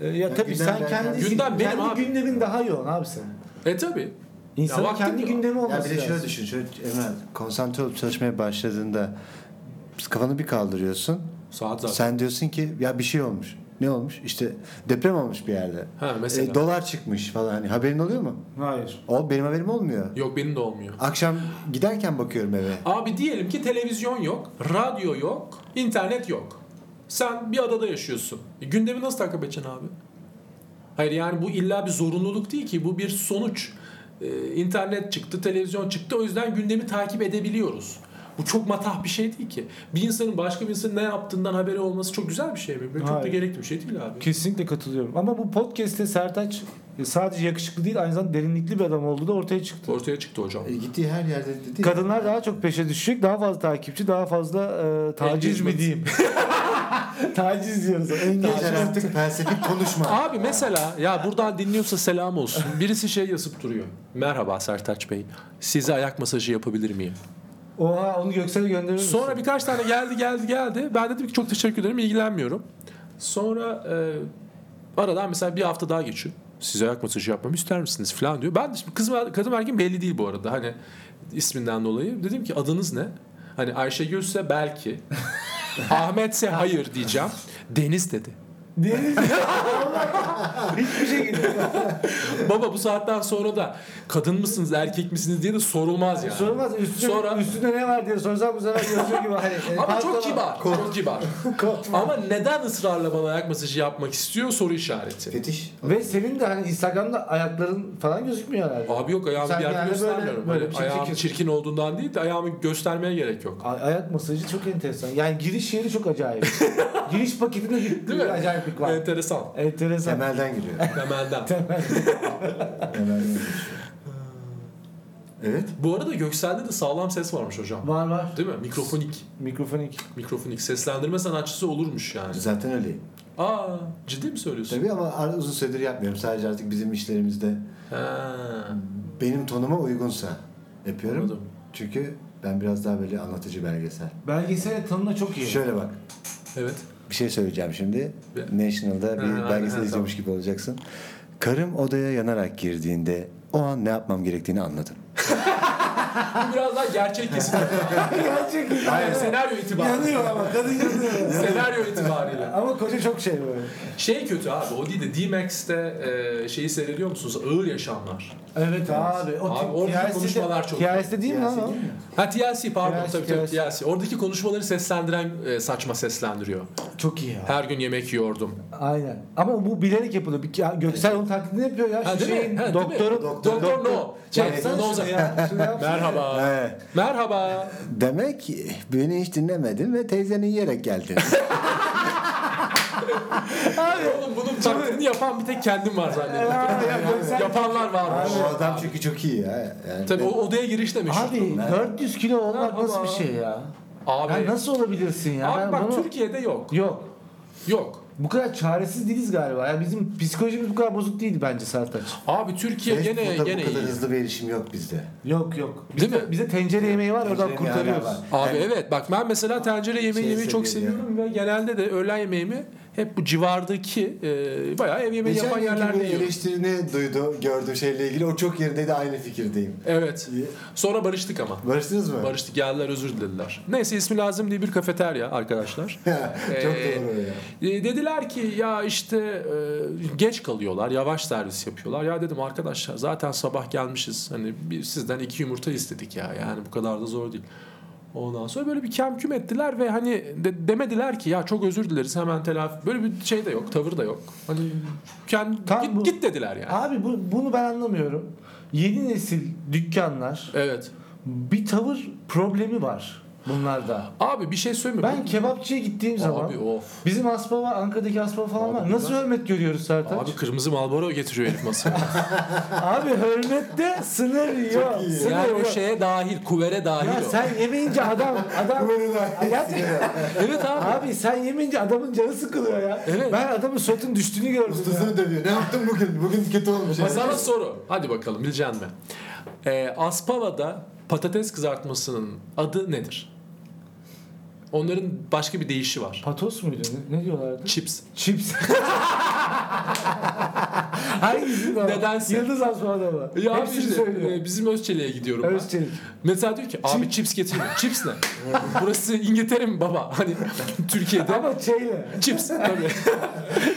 [SPEAKER 3] E, ya
[SPEAKER 1] Ben
[SPEAKER 3] tabii
[SPEAKER 1] gündem
[SPEAKER 3] sen
[SPEAKER 1] ben-
[SPEAKER 3] kendi
[SPEAKER 2] Gündem benim
[SPEAKER 3] kendi
[SPEAKER 2] abi.
[SPEAKER 3] gündemin daha yoğun abi senin.
[SPEAKER 2] E tabi.
[SPEAKER 3] İnsanın
[SPEAKER 2] vaktim
[SPEAKER 3] kendi
[SPEAKER 2] yok.
[SPEAKER 3] gündemi
[SPEAKER 1] Ya
[SPEAKER 3] olması
[SPEAKER 1] bir de şöyle
[SPEAKER 3] lazım.
[SPEAKER 1] düşün. Şöyle, Emel, konsantre olup çalışmaya başladığında kafanı bir kaldırıyorsun.
[SPEAKER 2] Saat zaten.
[SPEAKER 1] Sen diyorsun ki ya bir şey olmuş. Ne olmuş? İşte deprem olmuş bir yerde.
[SPEAKER 2] Ha, mesela.
[SPEAKER 1] E, dolar çıkmış falan. Hani haberin oluyor mu?
[SPEAKER 3] Hayır.
[SPEAKER 1] O benim haberim olmuyor.
[SPEAKER 2] Yok benim de olmuyor.
[SPEAKER 1] Akşam giderken bakıyorum eve.
[SPEAKER 2] Abi diyelim ki televizyon yok, radyo yok, internet yok. Sen bir adada yaşıyorsun. E, gündemi nasıl takip edeceksin abi? Hayır yani bu illa bir zorunluluk değil ki. Bu bir sonuç. E, internet çıktı, televizyon çıktı. O yüzden gündemi takip edebiliyoruz. Bu çok matah bir şey değil ki. Bir insanın başka bir insanın ne yaptığından haberi olması çok güzel bir şey mi? Böyle Çok da
[SPEAKER 3] Hayır.
[SPEAKER 2] gerekli bir şey değil abi.
[SPEAKER 3] Kesinlikle katılıyorum. Ama bu podcast'te Sertaç e, sadece yakışıklı değil aynı zamanda derinlikli bir adam olduğu da ortaya çıktı.
[SPEAKER 2] Ortaya çıktı hocam.
[SPEAKER 1] E, gittiği her yerde dedi. ya,
[SPEAKER 3] Kadınlar daha çok peşe düşecek, daha fazla takipçi, daha fazla e, taciz
[SPEAKER 2] Engagement.
[SPEAKER 3] mi diyeyim? taciz diyoruz.
[SPEAKER 1] Geçen
[SPEAKER 3] Engagement.
[SPEAKER 1] artık felsefik konuşma.
[SPEAKER 2] Abi mesela ya buradan dinliyorsa selam olsun. Birisi şey yazıp duruyor. Merhaba Sertaç Bey. Size ayak masajı yapabilir miyim?
[SPEAKER 3] Oha onu Göksel'e gönderir misin?
[SPEAKER 2] Sonra birkaç tane geldi geldi geldi. Ben dedim ki çok teşekkür ederim ilgilenmiyorum. Sonra e, aradan mesela bir hafta daha geçiyor. Size ayak masajı yapmamı ister misiniz falan diyor. Ben de şimdi kız mı- kadın mı erkek mi belli değil bu arada. Hani isminden dolayı. Dedim ki adınız ne? Hani Ayşegül'se belki. Ahmet'se hayır diyeceğim. Deniz dedi.
[SPEAKER 3] Deniz. Hiçbir şey şekilde.
[SPEAKER 2] Baba bu saatten sonra da kadın mısınız erkek misiniz diye de sorulmaz yani.
[SPEAKER 3] Sorulmaz. Üstüne,
[SPEAKER 2] Sonra-
[SPEAKER 3] üstünde ne var diye sorsak bu sefer yazıyor gibi. Hani, e,
[SPEAKER 2] Ama
[SPEAKER 3] pantolon-
[SPEAKER 2] çok kibar. Çok kibar. Ama neden ısrarla bana ayak masajı yapmak istiyor soru işareti.
[SPEAKER 1] Fetiş.
[SPEAKER 3] Ve senin de hani Instagram'da ayakların falan gözükmüyor herhalde.
[SPEAKER 2] Abi yok ayağımı
[SPEAKER 3] Sen
[SPEAKER 2] bir yerde
[SPEAKER 3] yani böyle-
[SPEAKER 2] göstermiyorum.
[SPEAKER 3] böyle
[SPEAKER 2] Böyle,
[SPEAKER 3] çirkin
[SPEAKER 2] ayağım
[SPEAKER 3] çirkin.
[SPEAKER 2] çirkin olduğundan değil de ayağımı göstermeye gerek yok.
[SPEAKER 3] Ay- ayak masajı çok enteresan. Yani giriş yeri çok acayip. giriş paketinde bir,
[SPEAKER 2] Değil
[SPEAKER 3] bir
[SPEAKER 2] mi?
[SPEAKER 3] acayiplik var.
[SPEAKER 2] Enteresan.
[SPEAKER 3] Enteresan.
[SPEAKER 1] Temelden giriyor.
[SPEAKER 2] Temelden.
[SPEAKER 1] Temelden giriyor. Evet.
[SPEAKER 2] Bu arada Göksel'de de sağlam ses varmış hocam.
[SPEAKER 3] Var var.
[SPEAKER 2] Değil mi? Mikrofonik.
[SPEAKER 3] Mikrofonik.
[SPEAKER 2] Mikrofonik. Seslendirme sanatçısı olurmuş yani.
[SPEAKER 1] Zaten öyleyim.
[SPEAKER 2] Aa ciddi mi söylüyorsun?
[SPEAKER 1] Tabii ama ar- uzun süredir yapmıyorum. Sadece artık bizim işlerimizde
[SPEAKER 3] Hmm.
[SPEAKER 2] Ha,
[SPEAKER 1] benim tonuma uygunsa yapıyorum.
[SPEAKER 2] anladım.
[SPEAKER 1] Çünkü ben biraz daha böyle anlatıcı belgesel.
[SPEAKER 3] Belgesel tanımla çok iyi.
[SPEAKER 1] Şöyle bak.
[SPEAKER 2] Evet.
[SPEAKER 1] Bir şey söyleyeceğim şimdi.
[SPEAKER 2] Bir-
[SPEAKER 1] National'da
[SPEAKER 2] Ha, aynen,
[SPEAKER 1] bir belgesel
[SPEAKER 2] tamam.
[SPEAKER 1] izliyormuş gibi olacaksın. Karım odaya yanarak girdiğinde o an ne yapmam gerektiğini anladım.
[SPEAKER 2] Bu biraz daha gerçek kesin.
[SPEAKER 3] Gerçek iyi.
[SPEAKER 2] Hayır, senaryo itibariyle.
[SPEAKER 3] Yanıyor ama kadın yanıyor.
[SPEAKER 2] senaryo itibariyle.
[SPEAKER 3] ama koca çok şey böyle.
[SPEAKER 2] Şey kötü abi o değil de D-Max'te e, şeyi seyrediyor musunuz? Ağır Yaşamlar.
[SPEAKER 3] Evet abi. O
[SPEAKER 2] Abi
[SPEAKER 3] tip-
[SPEAKER 2] oradaki
[SPEAKER 3] TLC'de
[SPEAKER 2] konuşmalar çok-
[SPEAKER 3] TLC'de değil mi lan o?
[SPEAKER 2] Ha TLC pardon
[SPEAKER 3] TLC,
[SPEAKER 2] tabii tabii
[SPEAKER 3] TLC.
[SPEAKER 2] TLC. Oradaki konuşmaları seslendiren e, saçma seslendiriyor.
[SPEAKER 3] Çok iyi ya.
[SPEAKER 2] Her gün yemek yiyordum.
[SPEAKER 3] Aynen. Ama bu bilerek yapılıyor. Bir- ya Göksel onun taklidini yapıyor ya.
[SPEAKER 2] Ha,
[SPEAKER 3] Şu
[SPEAKER 2] değil mi?
[SPEAKER 3] şeyin
[SPEAKER 2] Ha, değil mi?
[SPEAKER 3] Şey, doktoru.
[SPEAKER 2] Doktor, no. Şey,
[SPEAKER 3] Yapsana
[SPEAKER 2] no,
[SPEAKER 3] şunu
[SPEAKER 2] no.
[SPEAKER 3] ya. Şunu yapsana.
[SPEAKER 2] Merhaba.
[SPEAKER 1] He.
[SPEAKER 2] Merhaba.
[SPEAKER 1] Demek ki beni hiç dinlemedin ve teyzeni yiyerek geldin.
[SPEAKER 2] Oğlum bunun taklidini yapan bir tek kendim var zannediyorum.
[SPEAKER 3] Ya, ya, Göksel-
[SPEAKER 2] Yapanlar varmış.
[SPEAKER 1] o adam çünkü çok iyi ya. Yani
[SPEAKER 2] Tabii o odaya giriş de meşhur.
[SPEAKER 3] Abi 400 kilo olmak
[SPEAKER 2] Merhaba.
[SPEAKER 3] nasıl bir şey ya?
[SPEAKER 2] Abi,
[SPEAKER 3] Ya nasıl olabilirsin ya?
[SPEAKER 2] abi
[SPEAKER 3] Ben
[SPEAKER 2] bak
[SPEAKER 3] bunu-
[SPEAKER 2] Türkiye'de yok.
[SPEAKER 3] Yok.
[SPEAKER 2] Yok.
[SPEAKER 3] Bu kadar çaresiz değiliz galiba. Ya bizim psikolojimiz bu kadar bozuk değildi bence Sertaç.
[SPEAKER 2] Abi Türkiye gene
[SPEAKER 1] Facebook'ta
[SPEAKER 2] gene
[SPEAKER 1] bu kadar
[SPEAKER 2] iyi.
[SPEAKER 1] hızlı bir erişim yok bizde.
[SPEAKER 3] Yok yok.
[SPEAKER 2] Değil
[SPEAKER 3] Bizde,
[SPEAKER 2] mi?
[SPEAKER 3] bize tencere yemeği var oradan
[SPEAKER 1] Tencere yemeği
[SPEAKER 3] kurtarıyoruz.
[SPEAKER 1] hala var.
[SPEAKER 2] Abi evet bak ben mesela tencere yemeği
[SPEAKER 1] Şey
[SPEAKER 2] yemeyi çok
[SPEAKER 1] seviyorum
[SPEAKER 2] seviyorum ve genelde de öğlen yemeğimi hep bu civardaki e, bayağı ev yemeği
[SPEAKER 1] Geçen
[SPEAKER 2] yapan
[SPEAKER 1] yerlerde
[SPEAKER 2] yerlerde
[SPEAKER 1] bir
[SPEAKER 2] yiyorum.
[SPEAKER 1] eleştirini duydu, gördüğüm şeyle ilgili. O çok yerindeydi, aynı fikirdeyim.
[SPEAKER 2] Evet. Sonra barıştık ama.
[SPEAKER 1] Barıştınız mı?
[SPEAKER 2] Barıştık geldiler özür dilediler. Neyse ismi lazım diye bir kafeterya arkadaşlar.
[SPEAKER 1] çok
[SPEAKER 2] Ee,
[SPEAKER 1] doğru ya.
[SPEAKER 2] E, dediler ki ya işte e, geç kalıyorlar, yavaş servis yapıyorlar. Ya dedim arkadaşlar zaten sabah gelmişiz. Hani bir, sizden iki yumurta istedik ya. Yani bu kadar da zor değil. Ondan sonra böyle bir kem küm ettiler ve hani de- demediler ki ya çok özür dileriz hemen telafi. Böyle bir şey de yok, tavır da yok. Hani kendi
[SPEAKER 3] Tam
[SPEAKER 2] git,
[SPEAKER 3] bu-
[SPEAKER 2] git dediler yani.
[SPEAKER 3] Abi bu, bunu ben anlamıyorum. Yeni nesil dükkanlar
[SPEAKER 2] Evet.
[SPEAKER 3] bir tavır problemi var bunlarda.
[SPEAKER 2] Abi bir şey söyleyeyim mi?
[SPEAKER 3] Ben kebapçıya gittiğim zaman
[SPEAKER 2] Abi of.
[SPEAKER 3] bizim Aspava, Ankara'daki Aspava falan
[SPEAKER 2] Abi
[SPEAKER 3] var. Nasıl
[SPEAKER 2] bunlar-
[SPEAKER 3] hürmet görüyoruz Sertaç?
[SPEAKER 2] Abi kırmızı Malboro getiriyor herif masaya.
[SPEAKER 3] Abi, hürmette sınır yok.
[SPEAKER 1] iyi.
[SPEAKER 3] Sınır
[SPEAKER 2] yani o şey
[SPEAKER 3] yok.
[SPEAKER 2] şeye dahil, kuvere dahil
[SPEAKER 3] Ya
[SPEAKER 2] o.
[SPEAKER 3] sen yemeyince adam adam Gerçekten-
[SPEAKER 2] Evet abi.
[SPEAKER 3] Abi sen yemeyince adamın canı sıkılıyor ya.
[SPEAKER 2] Evet.
[SPEAKER 3] Ben adamın sotun düştüğünü gördüm ya.
[SPEAKER 1] Ustasını dövüyor. Ne yaptın bugün? Bugün kötü olmuş.
[SPEAKER 2] Ama Sana soru. Hadi bakalım bileceksin mi? Ee, Aspava'da patates kızartmasının adı nedir? Onların başka bir deyişi var.
[SPEAKER 3] Patos muydu? Ne, ne diyorlardı?
[SPEAKER 2] Chips.
[SPEAKER 3] Chips. Hangisi lan?
[SPEAKER 2] Nedense.
[SPEAKER 3] Yıldız Asman'da mı?
[SPEAKER 2] Ya abi
[SPEAKER 3] Hepsini
[SPEAKER 2] işte,
[SPEAKER 3] söylüyor.
[SPEAKER 2] e, bizim Özçelik'e gidiyorum ben.
[SPEAKER 3] Özçelik.
[SPEAKER 2] Mesela diyor ki abi chips getirin. chips ne? Burası İngiltere mi baba? Hani Türkiye'de
[SPEAKER 3] Ama şeyle.
[SPEAKER 2] chips tabii.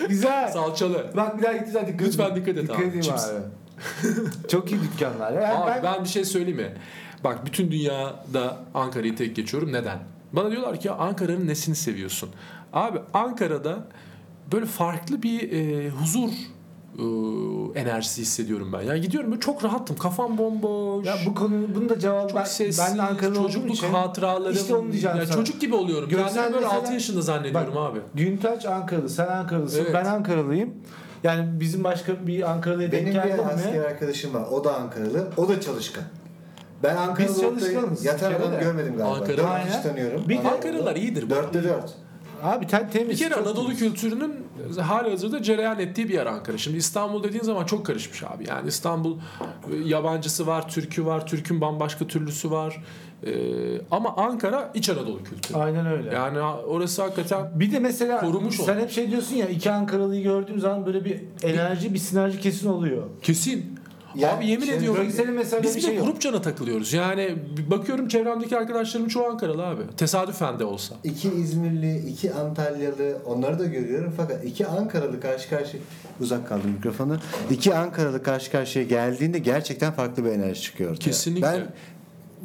[SPEAKER 3] Güzel.
[SPEAKER 2] Salçalı.
[SPEAKER 3] Bak bir daha gittiğiniz zaman dikkat
[SPEAKER 2] Lütfen dikkat
[SPEAKER 3] edin.
[SPEAKER 2] et abi.
[SPEAKER 3] edeyim
[SPEAKER 2] Chips.
[SPEAKER 3] abi. Çok iyi dükkanlar. ya. Yani
[SPEAKER 2] Abi ben...
[SPEAKER 3] ben,
[SPEAKER 2] bir şey söyleyeyim mi? Bak bütün dünyada Ankara'yı tek geçiyorum. Neden? Bana diyorlar ki "Ya Ankara'nın nesini seviyorsun? Abi Ankara'da böyle farklı bir e, huzur e, enerjisi hissediyorum ben. Yani gidiyorum böyle çok rahattım. Kafam bomboş.
[SPEAKER 3] ya bu konu bunun da cevabı
[SPEAKER 2] çok
[SPEAKER 3] ben,
[SPEAKER 2] sessiz.
[SPEAKER 3] ben de Ankara'da olduğum
[SPEAKER 2] çocukluk
[SPEAKER 3] için.
[SPEAKER 2] hatıralarım.
[SPEAKER 3] İşte onu diyeceğim
[SPEAKER 2] Ya
[SPEAKER 3] sana.
[SPEAKER 2] Çocuk gibi oluyorum.
[SPEAKER 3] Görsel
[SPEAKER 2] Kendimi böyle
[SPEAKER 3] mesela-
[SPEAKER 2] 6 yaşında zannediyorum
[SPEAKER 3] Bak,
[SPEAKER 2] abi.
[SPEAKER 3] Güntaç Ankaralı, sen Ankaralısın,
[SPEAKER 2] Evet.
[SPEAKER 3] ben Ankaralıyım. Yani bizim başka bir Ankaralı'ya denk
[SPEAKER 1] Benim bir
[SPEAKER 3] geldin
[SPEAKER 1] asker
[SPEAKER 3] mi?
[SPEAKER 1] arkadaşım var. O da Ankaralı. O da çalışkan. Ben
[SPEAKER 3] Biz
[SPEAKER 1] Ankaralı
[SPEAKER 3] çalışkanız.
[SPEAKER 1] olup da yatan
[SPEAKER 3] Şöyle de.
[SPEAKER 1] adam görmedim galiba.
[SPEAKER 2] Ankara-
[SPEAKER 1] Dört
[SPEAKER 3] Aynen.
[SPEAKER 1] kişi tanıyorum.
[SPEAKER 3] Bir de-
[SPEAKER 2] Ankaralılar iyidir bu.
[SPEAKER 1] Dörtte dört.
[SPEAKER 3] Abi ten temiz.
[SPEAKER 2] Bir kere
[SPEAKER 3] çok
[SPEAKER 2] Anadolu
[SPEAKER 3] temiz.
[SPEAKER 2] kültürünün hali hazırda cereyan ettiği bir yer Ankara. Şimdi İstanbul dediğin zaman çok karışmış abi. Yani İstanbul e, yabancısı var, Türkü var, Türk'ün bambaşka türlüsü var. E, ama Ankara İç Anadolu kültürü.
[SPEAKER 3] Aynen öyle.
[SPEAKER 2] Yani ha- orası hakikaten
[SPEAKER 3] bir de mesela
[SPEAKER 2] Korumuş
[SPEAKER 3] sen
[SPEAKER 2] oldu.
[SPEAKER 3] hep şey diyorsun ya iki Ankaralı'yı gördüğüm zaman böyle bir enerji, bir sinerji kesin oluyor.
[SPEAKER 2] kesin. Abi yemin
[SPEAKER 1] şimdi
[SPEAKER 2] ediyorum-
[SPEAKER 1] Bölgeselin mesela
[SPEAKER 2] Biz
[SPEAKER 1] bir
[SPEAKER 2] bir
[SPEAKER 1] şey yok.
[SPEAKER 2] grupçana takılıyoruz. Yani bakıyorum çevremdeki arkadaşlarım çoğu Ankaralı abi. Tesadüfen de olsa.
[SPEAKER 1] İki İzmirli, iki Antalyalı onları da görüyorum fakat iki Ankaralı karşı karşıya uzak kaldım mikrofonu. İki Ankaralı karşı karşıya geldiğinde gerçekten farklı bir enerji çıkıyor. ortaya.
[SPEAKER 2] Kesinlikle.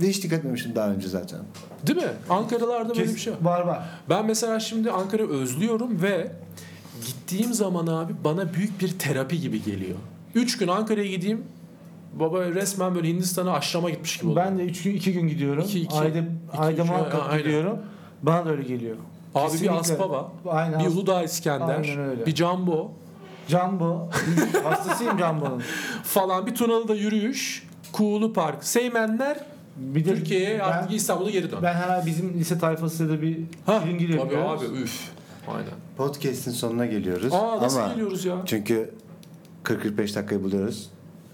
[SPEAKER 1] Ben hiç dikkat etmemiştim daha önce zaten.
[SPEAKER 2] Değil mi? Ankaralarda böyle bir şey var.
[SPEAKER 3] Var var.
[SPEAKER 2] Ben mesela şimdi Ankara'yı özlüyorum ve gittiğim zaman abi bana büyük bir terapi gibi geliyor. Üç gün Ankara'ya gideyim baba resmen böyle Hindistan'a aşrama gitmiş gibi oluyor.
[SPEAKER 3] Ben de 3 gün 2 gün gidiyorum.
[SPEAKER 2] İki, iki.
[SPEAKER 3] ayda
[SPEAKER 2] İki,
[SPEAKER 3] ayda
[SPEAKER 2] üç ay,
[SPEAKER 3] muhakkak
[SPEAKER 2] aynen.
[SPEAKER 3] gidiyorum. Bana da öyle geliyor.
[SPEAKER 2] Abi
[SPEAKER 3] Kesinlikle.
[SPEAKER 2] bir Aspava,
[SPEAKER 3] Aynen.
[SPEAKER 2] bir
[SPEAKER 3] as-
[SPEAKER 2] Uludağ İskender,
[SPEAKER 3] Aynen öyle.
[SPEAKER 2] bir Cambo
[SPEAKER 3] Jumbo. Hastasıyım Jumbo'nun.
[SPEAKER 2] falan bir Tunalı'da yürüyüş, Kuğulu Park, Seymenler,
[SPEAKER 3] Bir de
[SPEAKER 2] Türkiye'ye artık
[SPEAKER 3] ben,
[SPEAKER 2] İstanbul'a geri dön.
[SPEAKER 3] ben herhalde bizim lise tayfasıyla da bir
[SPEAKER 2] Ha,
[SPEAKER 3] film giriyor.
[SPEAKER 2] Tabii abi üf. Aynen.
[SPEAKER 1] Podcast'in sonuna geliyoruz.
[SPEAKER 2] Aa nasıl
[SPEAKER 1] Ama
[SPEAKER 2] geliyoruz ya?
[SPEAKER 1] çünkü 40-45 dakikayı buluyoruz.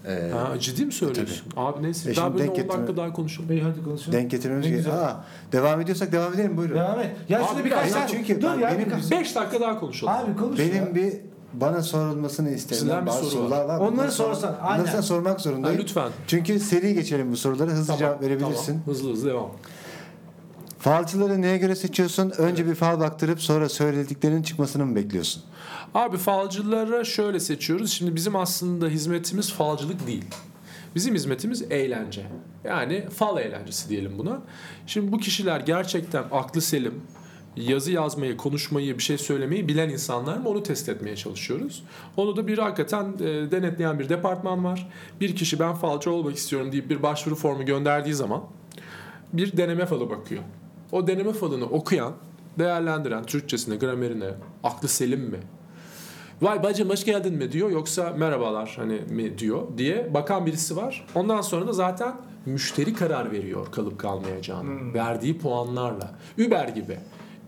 [SPEAKER 1] Ee,
[SPEAKER 2] Ha, ciddi mi söylüyorsun? Abi neyse
[SPEAKER 1] E
[SPEAKER 2] daha
[SPEAKER 1] şimdi
[SPEAKER 2] böyle
[SPEAKER 1] denk
[SPEAKER 2] 10 dakika
[SPEAKER 1] getirme-
[SPEAKER 2] daha konuşalım.
[SPEAKER 3] Bey hadi konuşalım.
[SPEAKER 1] denk getirmemiz
[SPEAKER 3] Ne
[SPEAKER 1] gerekiyor.
[SPEAKER 3] güzel.
[SPEAKER 1] Aa, devam ediyorsak devam edelim buyurun.
[SPEAKER 3] Devam et. Ya
[SPEAKER 2] Abi
[SPEAKER 3] şurada
[SPEAKER 2] bir
[SPEAKER 3] birkaç
[SPEAKER 2] dakika,
[SPEAKER 3] tane.
[SPEAKER 1] çünkü
[SPEAKER 3] Dur
[SPEAKER 1] bak
[SPEAKER 3] ya.
[SPEAKER 1] benim-
[SPEAKER 3] birkaç-
[SPEAKER 2] 5 dakika daha konuşalım.
[SPEAKER 3] Abi konuş ya.
[SPEAKER 1] Benim bir bana sorulmasını istediğim
[SPEAKER 2] Sizden bir
[SPEAKER 1] bazı
[SPEAKER 2] soru var.
[SPEAKER 1] sorular var.
[SPEAKER 3] Onları
[SPEAKER 1] Bunları
[SPEAKER 3] sorsan,
[SPEAKER 1] sormak-
[SPEAKER 3] aynen.
[SPEAKER 1] Bunları sen sormak
[SPEAKER 2] Ha,
[SPEAKER 1] zorundayım.
[SPEAKER 2] lütfen.
[SPEAKER 1] Çünkü seri geçelim bu soruları. Hızlı cevap verebilirsin.
[SPEAKER 2] Tamam. Hızlı hızlı devam.
[SPEAKER 1] Falcıları neye göre seçiyorsun? Önce bir fal baktırıp sonra söylediklerinin çıkmasını mı bekliyorsun?
[SPEAKER 2] Abi falcılara şöyle seçiyoruz. Şimdi bizim aslında hizmetimiz falcılık değil. Bizim hizmetimiz eğlence. Yani fal eğlencesi diyelim buna. Şimdi bu kişiler gerçekten aklı selim, yazı yazmayı, konuşmayı, bir şey söylemeyi bilen insanlar mı onu test etmeye çalışıyoruz. Onu da bir hakikaten e, denetleyen bir departman var. Bir kişi ben falcı olmak istiyorum deyip bir başvuru formu gönderdiği zaman bir deneme falı bakıyor. O deneme falını okuyan, değerlendiren, Türkçesine, gramerine, aklı selim mi, Vay bacım hoş geldin mi diyor yoksa merhabalar hani mi diyor diye bakan birisi var. Ondan sonra da zaten müşteri karar veriyor kalıp kalmayacağını. Verdiği puanlarla. Uber gibi.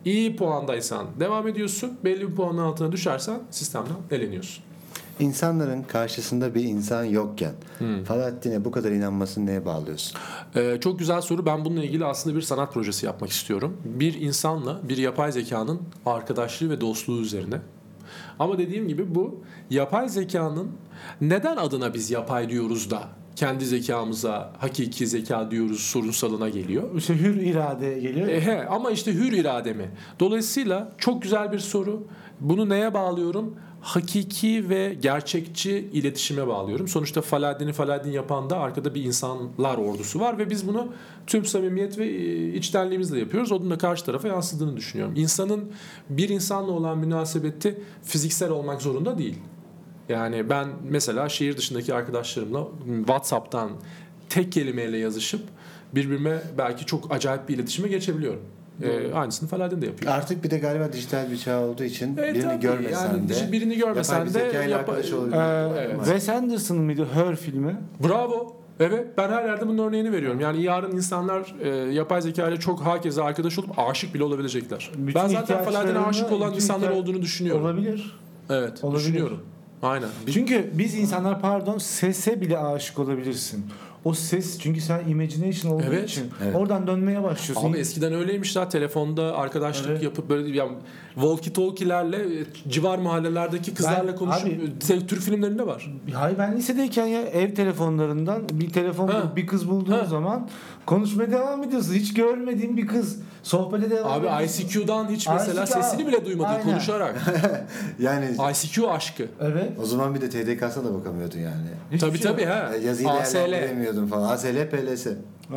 [SPEAKER 2] İyi puandaysan devam ediyorsun. Belli bir puanın altına düşersen sistemden eleniyorsun.
[SPEAKER 1] İnsanların karşısında bir insan yokken
[SPEAKER 2] Hmm.
[SPEAKER 1] Falahattin'e bu kadar inanmasını neye bağlıyorsun?
[SPEAKER 2] Ee, çok güzel soru. Ben bununla ilgili aslında bir sanat projesi yapmak istiyorum. Bir insanla bir yapay zekanın arkadaşlığı ve dostluğu üzerine. Ama dediğim gibi bu yapay zekanın neden adına biz yapay diyoruz da kendi zekamıza hakiki zeka diyoruz sorunsalına geliyor.
[SPEAKER 3] İşte hür iradeye geliyor.
[SPEAKER 2] E, he, ama işte hür irade mi? Dolayısıyla çok güzel bir soru. Bunu neye bağlıyorum? Hakiki ve gerçekçi iletişime bağlıyorum. Sonuçta Faladdin'i Faladdin yapan da arkada bir insanlar ordusu var ve biz bunu tüm samimiyet ve e, içtenliğimizle yapıyoruz. Onun da karşı tarafa yansıdığını düşünüyorum. İnsanın bir insanla olan münasebeti fiziksel olmak zorunda değil. Yani ben mesela şehir dışındaki arkadaşlarımla WhatsApp'tan tek kelimeyle yazışıp birbirime belki çok acayip bir iletişime geçebiliyorum. Ee, aynısını Faladin de yapıyor.
[SPEAKER 1] Artık bir de galiba dijital bir çağ olduğu için
[SPEAKER 2] E,
[SPEAKER 1] birini
[SPEAKER 2] tabii.
[SPEAKER 1] görmesen
[SPEAKER 2] Yani
[SPEAKER 1] de
[SPEAKER 2] birini görmesen
[SPEAKER 1] yapay bir
[SPEAKER 2] de
[SPEAKER 1] zekayla
[SPEAKER 2] yapa- e,
[SPEAKER 1] arkadaş
[SPEAKER 3] Ee,
[SPEAKER 1] olabilir.
[SPEAKER 3] Wes Anderson mıydı Her filmi?
[SPEAKER 2] Bravo. Evet ben her yerde bunun örneğini veriyorum. Yani yarın insanlar e, yapay zeka ile çok hakeze arkadaş olup aşık bile olabilecekler.
[SPEAKER 3] Bütün
[SPEAKER 2] ben zaten
[SPEAKER 3] ihtiyaçlarını-
[SPEAKER 2] Faladin'e aşık olan
[SPEAKER 3] bütün
[SPEAKER 2] insanlar
[SPEAKER 3] ihtiyaç-
[SPEAKER 2] olduğunu düşünüyorum.
[SPEAKER 3] Olabilir.
[SPEAKER 2] evet
[SPEAKER 3] Olabilir.
[SPEAKER 2] düşünüyorum. Aynen.
[SPEAKER 3] Çünkü biz insanlar pardon sese bile aşık olabilirsin. O ses çünkü sen imagination olduğu
[SPEAKER 2] Evet.
[SPEAKER 3] için
[SPEAKER 1] Evet.
[SPEAKER 3] oradan dönmeye başlıyorsun.
[SPEAKER 2] Abi eskiden öyleymiş daha telefonda arkadaşlık
[SPEAKER 3] Evet.
[SPEAKER 2] yapıp böyle yani walkie talkie'lerle e, civar mahallelerdeki kızlarla
[SPEAKER 3] Ben-
[SPEAKER 2] konuşup e, Türk filmlerinde var.
[SPEAKER 3] Hayır ben lisedeyken ya ev telefonlarından bir telefon
[SPEAKER 2] Ha.
[SPEAKER 3] bulup bir kız bulduğun
[SPEAKER 2] Ha.
[SPEAKER 3] zaman konuşmaya devam ediyorsun. Hiç görmediğin bir kız sohbete devam
[SPEAKER 2] Abi
[SPEAKER 3] ediyorsun.
[SPEAKER 2] ICQ'dan hiç mesela
[SPEAKER 3] ICQ
[SPEAKER 2] sesini bile duymadın
[SPEAKER 3] Aynen.
[SPEAKER 2] konuşarak.
[SPEAKER 1] Yani
[SPEAKER 2] ICQ aşkı.
[SPEAKER 3] Evet.
[SPEAKER 1] o zaman bir de TDK'sına da bakamıyordun yani.
[SPEAKER 3] Hiçbir
[SPEAKER 2] tabii
[SPEAKER 3] şey yok.
[SPEAKER 2] tabii ha.
[SPEAKER 1] Yani Yazıyı
[SPEAKER 2] ASL.
[SPEAKER 1] değerlendiremiyordun falan. ASL, PLS.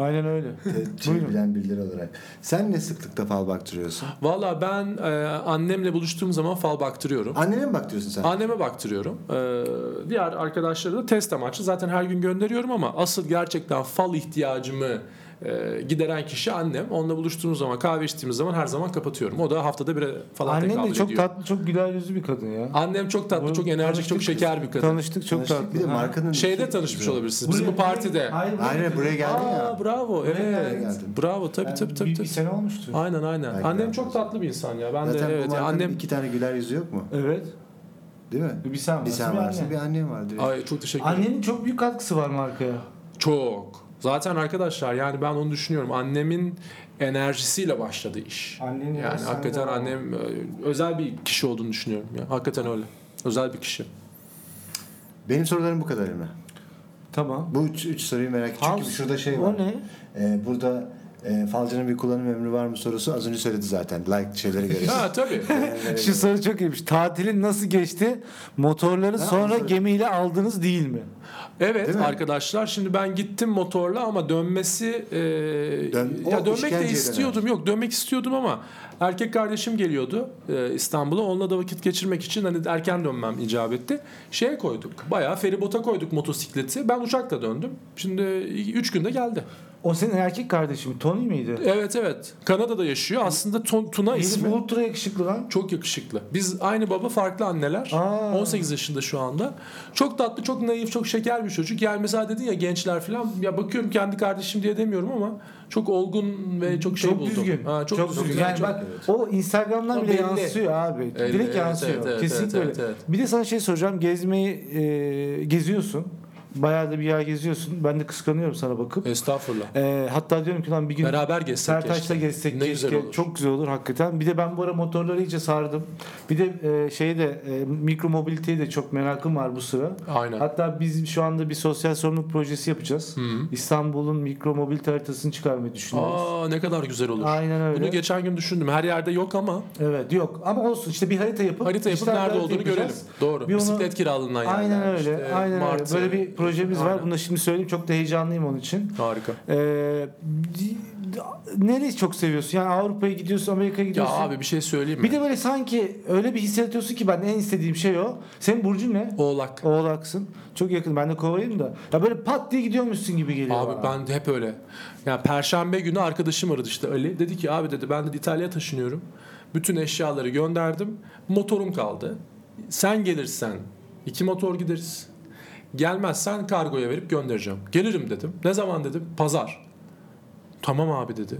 [SPEAKER 3] Aynen öyle.
[SPEAKER 1] Çin bilen bildiri olarak. Sen ne sıklıkta fal baktırıyorsun?
[SPEAKER 2] Valla ben e, annemle buluştuğum zaman fal baktırıyorum.
[SPEAKER 1] Annene mi baktırıyorsun sen?
[SPEAKER 2] Anneme baktırıyorum. Ee, diğer arkadaşlara da test amaçlı zaten her gün gönderiyorum ama asıl gerçekten fal ihtiyacımı e, gideren kişi annem. Onunla buluştuğumuz zaman kahve içtiğimiz zaman her zaman kapatıyorum. O da haftada bir falan
[SPEAKER 3] Annem
[SPEAKER 2] tekabül
[SPEAKER 3] de çok
[SPEAKER 2] ediyor.
[SPEAKER 3] tatlı, çok güler yüzlü bir kadın ya.
[SPEAKER 2] Annem çok tatlı,
[SPEAKER 3] Bu-
[SPEAKER 2] çok enerjik, çok
[SPEAKER 3] tanıştık-
[SPEAKER 2] şeker bir kadın.
[SPEAKER 3] Tanıştık çok
[SPEAKER 1] Tanıştık,
[SPEAKER 3] tatlı.
[SPEAKER 1] bir de
[SPEAKER 3] Ha.
[SPEAKER 1] markanın...
[SPEAKER 2] Şeyde tanışmış olabilirsiniz. Bizim bu
[SPEAKER 3] Buraya-
[SPEAKER 2] partide.
[SPEAKER 3] Hayır,
[SPEAKER 1] Aynen, buraya geldin ya.
[SPEAKER 2] Aa bravo. Evet.
[SPEAKER 1] geldin.
[SPEAKER 2] Bravo. Tabii tabii
[SPEAKER 3] bir,
[SPEAKER 2] tabii.
[SPEAKER 3] bir
[SPEAKER 2] tabii.
[SPEAKER 3] sene olmuştu.
[SPEAKER 2] Aynen aynen.
[SPEAKER 1] Belki
[SPEAKER 2] annem
[SPEAKER 1] daha
[SPEAKER 2] çok
[SPEAKER 1] fazla.
[SPEAKER 2] tatlı bir insan ya. Ben
[SPEAKER 1] Zaten
[SPEAKER 2] de
[SPEAKER 1] bu
[SPEAKER 2] evet.
[SPEAKER 1] markanın
[SPEAKER 2] yani annem
[SPEAKER 1] iki tane güler yüzü yok mu?
[SPEAKER 3] Evet.
[SPEAKER 1] Değil mi?
[SPEAKER 3] Bir sen varsın.
[SPEAKER 1] Bir sen
[SPEAKER 3] bir
[SPEAKER 1] varsın,
[SPEAKER 3] anne.
[SPEAKER 1] bir annem var. direkt.
[SPEAKER 2] Ay çok teşekkür ederim.
[SPEAKER 3] Annenin çok büyük katkısı var markaya.
[SPEAKER 2] Çok. Zaten arkadaşlar yani ben onu düşünüyorum. Annemin enerjisiyle başladı iş.
[SPEAKER 3] Annenin
[SPEAKER 2] yani
[SPEAKER 3] enerjisinden
[SPEAKER 2] hakikaten
[SPEAKER 3] devam.
[SPEAKER 2] annem e, özel bir kişi olduğunu düşünüyorum. Ya. Hakikaten öyle. Özel bir kişi.
[SPEAKER 1] Benim sorularım bu kadar Emre.
[SPEAKER 3] Tamam.
[SPEAKER 1] Bu üç, üç soruyu merak ettim. Çünkü
[SPEAKER 3] Hans,
[SPEAKER 1] şurada şey
[SPEAKER 3] o
[SPEAKER 1] var.
[SPEAKER 3] ne?
[SPEAKER 1] Ee, burada e, falcının bir kullanım ömrü var mı sorusu az önce söyledi zaten. Like şeyleri göre.
[SPEAKER 2] Ha tabii.
[SPEAKER 3] Şu soru çok iyiymiş. Tatilin nasıl geçti? Motorları sonra
[SPEAKER 1] anladım.
[SPEAKER 3] gemiyle aldınız değil mi?
[SPEAKER 2] Evet
[SPEAKER 1] Değil mi?
[SPEAKER 2] arkadaşlar şimdi ben gittim motorla ama dönmesi e,
[SPEAKER 1] Dön- o
[SPEAKER 2] ya dönmek de
[SPEAKER 1] işkenceye
[SPEAKER 2] istiyordum yok dönmek istiyordum ama erkek kardeşim geliyordu e, İstanbul'a onunla da vakit geçirmek için hani erken dönmem icap etti. Şeye koyduk bayağı feribota koyduk motosikleti ben uçakla döndüm şimdi 3 günde geldi.
[SPEAKER 3] O senin erkek kardeşin Tony miydi?
[SPEAKER 2] Evet evet Kanada'da yaşıyor aslında Ton- Tuna
[SPEAKER 3] Bizim
[SPEAKER 2] ismi.
[SPEAKER 3] ultra yakışıklı lan.
[SPEAKER 2] Çok yakışıklı. Biz aynı baba farklı anneler.
[SPEAKER 3] Aa.
[SPEAKER 2] 18 yaşında şu anda. Çok tatlı, çok naif, çok şeker bir çocuk. Yani mesela dedin ya gençler falan. Ya bakıyorum kendi kardeşim diye demiyorum ama çok olgun ve çok şey
[SPEAKER 3] çok
[SPEAKER 2] buldum.
[SPEAKER 3] düzgün.
[SPEAKER 2] Ha, çok, düzgün.
[SPEAKER 3] Yani
[SPEAKER 2] Çok-
[SPEAKER 3] bak o Instagram'dan
[SPEAKER 2] O
[SPEAKER 3] bile
[SPEAKER 2] belli.
[SPEAKER 3] yansıyor abi.
[SPEAKER 2] Belli,
[SPEAKER 3] Direkt
[SPEAKER 2] evet,
[SPEAKER 3] yansıyor.
[SPEAKER 2] evet, evet,
[SPEAKER 3] Kesinlikle
[SPEAKER 2] evet,
[SPEAKER 3] öyle.
[SPEAKER 2] evet.
[SPEAKER 3] Bir de sana şey soracağım. Gezmeyi e, geziyorsun. Bayağı da bir yer geziyorsun. Ben de kıskanıyorum sana bakıp.
[SPEAKER 2] Estağfurullah.
[SPEAKER 3] E, hatta diyorum ki lan bir gün
[SPEAKER 2] Beraber gezsek
[SPEAKER 3] Sertaç'la
[SPEAKER 2] keşke.
[SPEAKER 3] gezsek
[SPEAKER 2] Ne
[SPEAKER 3] keşke.
[SPEAKER 2] güzel olur.
[SPEAKER 3] Çok güzel olur hakikaten. Bir de ben bu ara motorları iyice sardım. Bir de e, şeye de e, mikro mobiliteye de çok merakım var bu sıra.
[SPEAKER 2] Aynen.
[SPEAKER 3] Hatta biz şu anda bir sosyal sorumluluk projesi yapacağız. İstanbul'un mikro mobilite haritasını çıkarmayı düşünüyoruz.
[SPEAKER 2] Aa ne kadar güzel olur.
[SPEAKER 3] Aynen öyle.
[SPEAKER 2] Bunu geçen gün düşündüm. Her yerde yok ama
[SPEAKER 3] Evet yok ama olsun işte bir harita yapıp
[SPEAKER 2] harita yapıp
[SPEAKER 3] dijital bir
[SPEAKER 2] nerede
[SPEAKER 3] harita
[SPEAKER 2] olduğunu görelim.
[SPEAKER 3] yapacağız.
[SPEAKER 2] Doğru.
[SPEAKER 3] Bir onu-
[SPEAKER 2] Bisiklet kiralığından yerler.
[SPEAKER 3] Aynen öyle.
[SPEAKER 2] işte
[SPEAKER 3] aynen
[SPEAKER 2] martı.
[SPEAKER 3] öyle. Böyle bir projemiz var.
[SPEAKER 2] Aynen.
[SPEAKER 3] Bunu da şimdi söyleyeyim. Çok da heyecanlıyım onun için.
[SPEAKER 2] Harika.
[SPEAKER 3] Ee, nereyi çok seviyorsun? Yani Avrupa'ya gidiyorsun, Amerika'ya
[SPEAKER 2] Ya
[SPEAKER 3] gidiyorsun.
[SPEAKER 2] abi bir şey söyleyeyim mi?
[SPEAKER 3] Bir de böyle sanki öyle bir hissediyorsun ki ben en istediğim şey o. Senin burcun ne?
[SPEAKER 2] Oğlak.
[SPEAKER 3] Oğlaksın. Çok yakın. Ben de kovayım da. Ya böyle pat diye gidiyormuşsun gibi geliyor
[SPEAKER 2] Abi
[SPEAKER 3] bana.
[SPEAKER 2] ben de hep öyle. Yani perşembe günü arkadaşım aradı işte Ali. Dedi ki abi dedi ben de İtalya'ya taşınıyorum. Bütün eşyaları gönderdim. Motorum kaldı. Sen gelirsen iki motor gideriz. Gelmezsen kargoya verip göndereceğim. Gelirim dedim. Ne zaman dedim? Pazar. Tamam abi dedi.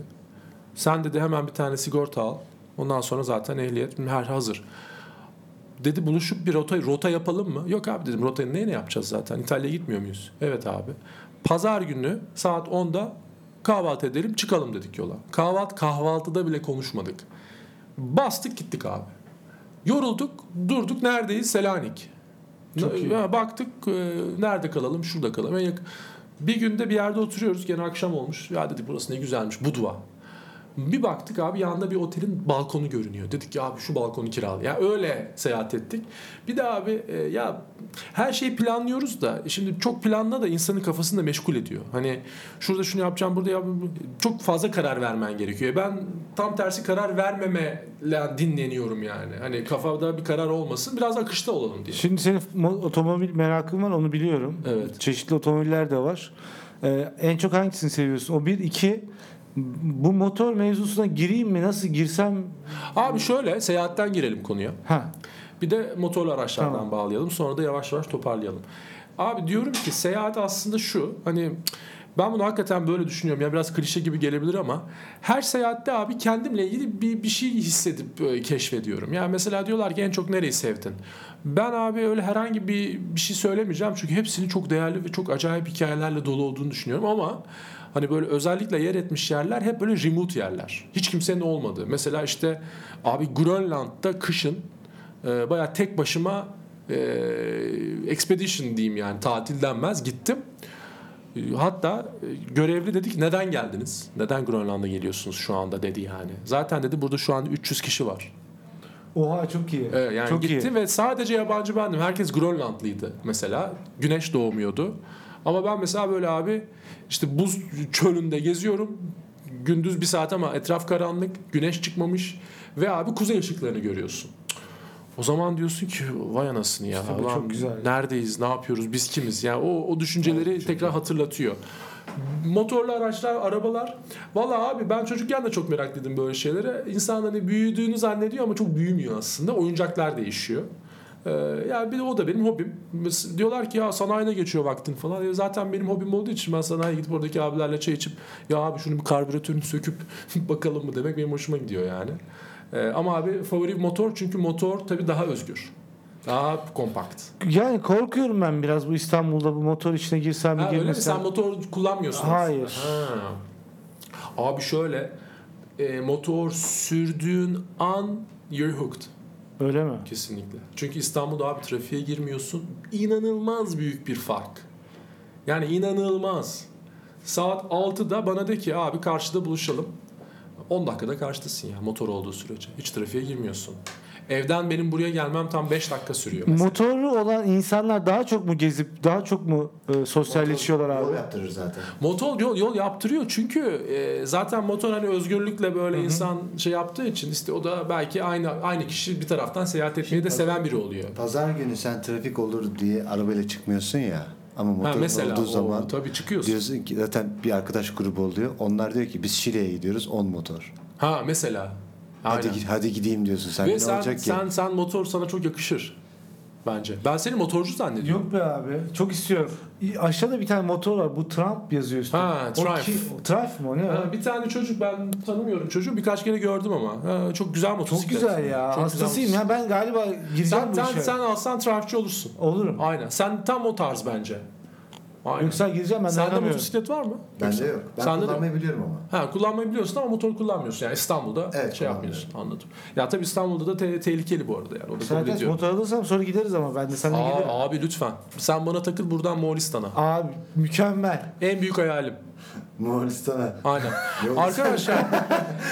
[SPEAKER 2] Sen dedi hemen bir tane sigorta al. Ondan sonra zaten ehliyet her hazır. Dedi buluşup bir rota, rota yapalım mı? Yok abi dedim rotayı neyine yapacağız zaten? İtalya'ya gitmiyor muyuz? Evet abi. Pazar günü saat 10'da kahvaltı edelim çıkalım dedik yola. Kahvaltı kahvaltıda bile konuşmadık. Bastık gittik abi. Yorulduk durduk neredeyiz? Selanik.
[SPEAKER 3] Çok iyi.
[SPEAKER 2] Ha, Baktık e, nerede kalalım? Şurada kalalım. En yak- Bir günde bir yerde oturuyoruz gene akşam olmuş. Ya dedik burası ne güzelmiş Budva. Bir baktık abi yanında bir otelin balkonu görünüyor. Dedik ki abi şu balkonu kiralı. Ya öyle seyahat ettik. Bir de abi e, ya her şeyi planlıyoruz da şimdi çok planla da insanın kafasını da meşgul ediyor. Hani şurada şunu yapacağım burada yapacağım. Çok fazla karar vermen gerekiyor. Ben tam tersi karar vermemeyle dinleniyorum yani. Hani kafada bir karar olmasın biraz akışta olalım diye.
[SPEAKER 3] Şimdi senin mo- otomobil merakın var onu biliyorum.
[SPEAKER 2] Evet.
[SPEAKER 3] Çeşitli otomobiller de var. Ee, en çok hangisini seviyorsun? O bir, iki bu motor mevzusuna gireyim mi? Nasıl girsem?
[SPEAKER 2] Abi şöyle seyahatten girelim konuya.
[SPEAKER 3] Ha.
[SPEAKER 2] Bir de motorlu araçlardan
[SPEAKER 3] Tamam.
[SPEAKER 2] bağlayalım. Sonra da yavaş yavaş toparlayalım. Abi diyorum ki seyahat aslında şu. Hani ben bunu hakikaten böyle düşünüyorum. Ya biraz klişe gibi gelebilir ama her seyahatte abi kendimle ilgili bir, bir şey hissedip e, keşfediyorum. Yani mesela diyorlar ki en çok nereyi sevdin? Ben abi öyle herhangi bir bir şey söylemeyeceğim. Çünkü hepsinin çok değerli ve çok acayip hikayelerle dolu olduğunu düşünüyorum ama Hani böyle özellikle yer etmiş yerler hep böyle remote yerler. Hiç kimsenin olmadığı. Mesela işte abi Grönland'da kışın e, bayağı tek başıma e, expedition diyeyim yani tatil denmez gittim. E, Hatta e, görevli dedi ki neden geldiniz? Neden Grönland'a geliyorsunuz şu anda dedi yani. Zaten dedi burada şu an 300 kişi var.
[SPEAKER 3] Oha çok iyi.
[SPEAKER 2] E, yani
[SPEAKER 3] çok
[SPEAKER 2] gitti
[SPEAKER 3] iyi.
[SPEAKER 2] ve sadece yabancı bendim. Herkes Grönlandlıydı mesela. Güneş doğmuyordu. Ama ben mesela böyle abi işte buz çölünde geziyorum. Gündüz bir saat ama etraf karanlık. Güneş çıkmamış. Ve abi kuzey ışıklarını görüyorsun. O zaman diyorsun ki vay anasını ya.
[SPEAKER 3] İşte bu
[SPEAKER 2] Ulan
[SPEAKER 3] çok güzel.
[SPEAKER 2] Neredeyiz, ne yapıyoruz, biz kimiz? Yani o, o düşünceleri tekrar hatırlatıyor. Motorlu araçlar, arabalar. Valla abi ben çocukken de çok meraklıydım böyle şeylere. İnsan hani büyüdüğünü zannediyor ama çok büyümüyor aslında. Oyuncaklar değişiyor. Ee, yani bir de o da benim hobim. Mes- Diyorlar ki ya sanayide geçiyor vaktin falan. Ya zaten benim hobim olduğu için ben sanayiye gidip oradaki abilerle çay içip ya abi şunu bir karbüratörünü söküp bakalım mı demek benim hoşuma gidiyor yani. Ee, ama abi favori motor çünkü motor tabii daha özgür. Daha kompakt.
[SPEAKER 3] Yani korkuyorum ben biraz bu İstanbul'da bu motor içine girsem mi
[SPEAKER 2] Ha, öyle mi?
[SPEAKER 3] girmesem.
[SPEAKER 2] Sen motor kullanmıyorsun.
[SPEAKER 3] Hani Hayır.
[SPEAKER 2] aslında. Ha. Abi şöyle e, motor sürdüğün an you're hooked
[SPEAKER 3] Öyle mi?
[SPEAKER 2] kesinlikle. Çünkü İstanbul'da abi trafiğe girmiyorsun. İnanılmaz büyük bir fark. Yani inanılmaz. Saat 6'da bana de ki abi karşıda buluşalım. 10 dakikada karşıdasın ya motor olduğu sürece. Hiç trafiğe girmiyorsun. Evden benim buraya gelmem tam 5 dakika sürüyor. mesela.
[SPEAKER 3] Motorlu olan insanlar daha çok mu gezip daha çok mu e, sosyalleşiyorlar
[SPEAKER 1] Yol
[SPEAKER 3] abi?
[SPEAKER 1] yaptırır zaten.
[SPEAKER 2] Motor yol yol yaptırıyor çünkü e, zaten motor hani özgürlükle böyle insan şey yaptığı için işte o da belki aynı aynı kişi bir taraftan seyahat etmeyi de seven biri oluyor.
[SPEAKER 1] Pazar günü sen trafik olur diye arabayla çıkmıyorsun ya. Ama
[SPEAKER 2] Ha,
[SPEAKER 1] motor
[SPEAKER 2] mesela
[SPEAKER 1] olduğu
[SPEAKER 2] o,
[SPEAKER 1] zaman
[SPEAKER 2] tabii çıkıyorsun.
[SPEAKER 1] diyorsun ki zaten bir arkadaş grubu oluyor. Onlar diyor ki biz Şile'ye gidiyoruz 10 motor.
[SPEAKER 2] Ha mesela.
[SPEAKER 1] Hadi,
[SPEAKER 2] Aynen.
[SPEAKER 1] gi- hadi gideyim diyorsun sen.
[SPEAKER 2] Ve
[SPEAKER 1] ne
[SPEAKER 2] sen,
[SPEAKER 1] olacak ki?
[SPEAKER 2] sen sen motor sana çok yakışır bence. Ben seni motorcu zannediyorum.
[SPEAKER 3] Yok be abi. Çok istiyorum. İ- Aşağıda bir tane motor var. Bu Trump yazıyor üstüne.
[SPEAKER 2] Ha, Triumph.
[SPEAKER 3] O ki, o Triumph mı o ne?
[SPEAKER 2] Ha, bir tane çocuk ben tanımıyorum çocuğu birkaç kere gördüm ama. Ha, çok güzel
[SPEAKER 3] çok
[SPEAKER 2] motosiklet.
[SPEAKER 3] güzel ya.
[SPEAKER 2] Çok güzel
[SPEAKER 3] Hastasıyım ya. Ben galiba gireceğim
[SPEAKER 2] Sen,
[SPEAKER 3] bu
[SPEAKER 2] sen,
[SPEAKER 1] şey.
[SPEAKER 3] işe.
[SPEAKER 2] sen alsan trafikçi olursun.
[SPEAKER 3] Olurum.
[SPEAKER 2] Aynen. Sen tam o tarz bence. Aynen.
[SPEAKER 3] Yoksa gireceğim ben
[SPEAKER 2] Sende
[SPEAKER 3] dayanamıyorum.
[SPEAKER 2] motosiklet var mı?
[SPEAKER 1] Bende yok. Ben
[SPEAKER 2] Sende de-
[SPEAKER 1] kullanmayı biliyorum ama.
[SPEAKER 2] Ha kullanmayı biliyorsun ama motor kullanmıyorsun. Yani İstanbul'da
[SPEAKER 1] Evet,
[SPEAKER 2] şey yapmıyorsun. Anladım. Ya tabii İstanbul'da da te- tehlikeli bu arada yani. Onu kabul
[SPEAKER 3] Sertaç
[SPEAKER 2] ediyorum.
[SPEAKER 3] motor alırsam sonra gideriz ama ben de seninle gelirim.
[SPEAKER 2] Aa, abi lütfen. Sen bana takıl buradan Moğolistan'a.
[SPEAKER 3] Abi mükemmel.
[SPEAKER 2] En büyük hayalim.
[SPEAKER 1] Moğolistan'a.
[SPEAKER 2] Aynen.
[SPEAKER 1] Yok.
[SPEAKER 2] Arkadaşlar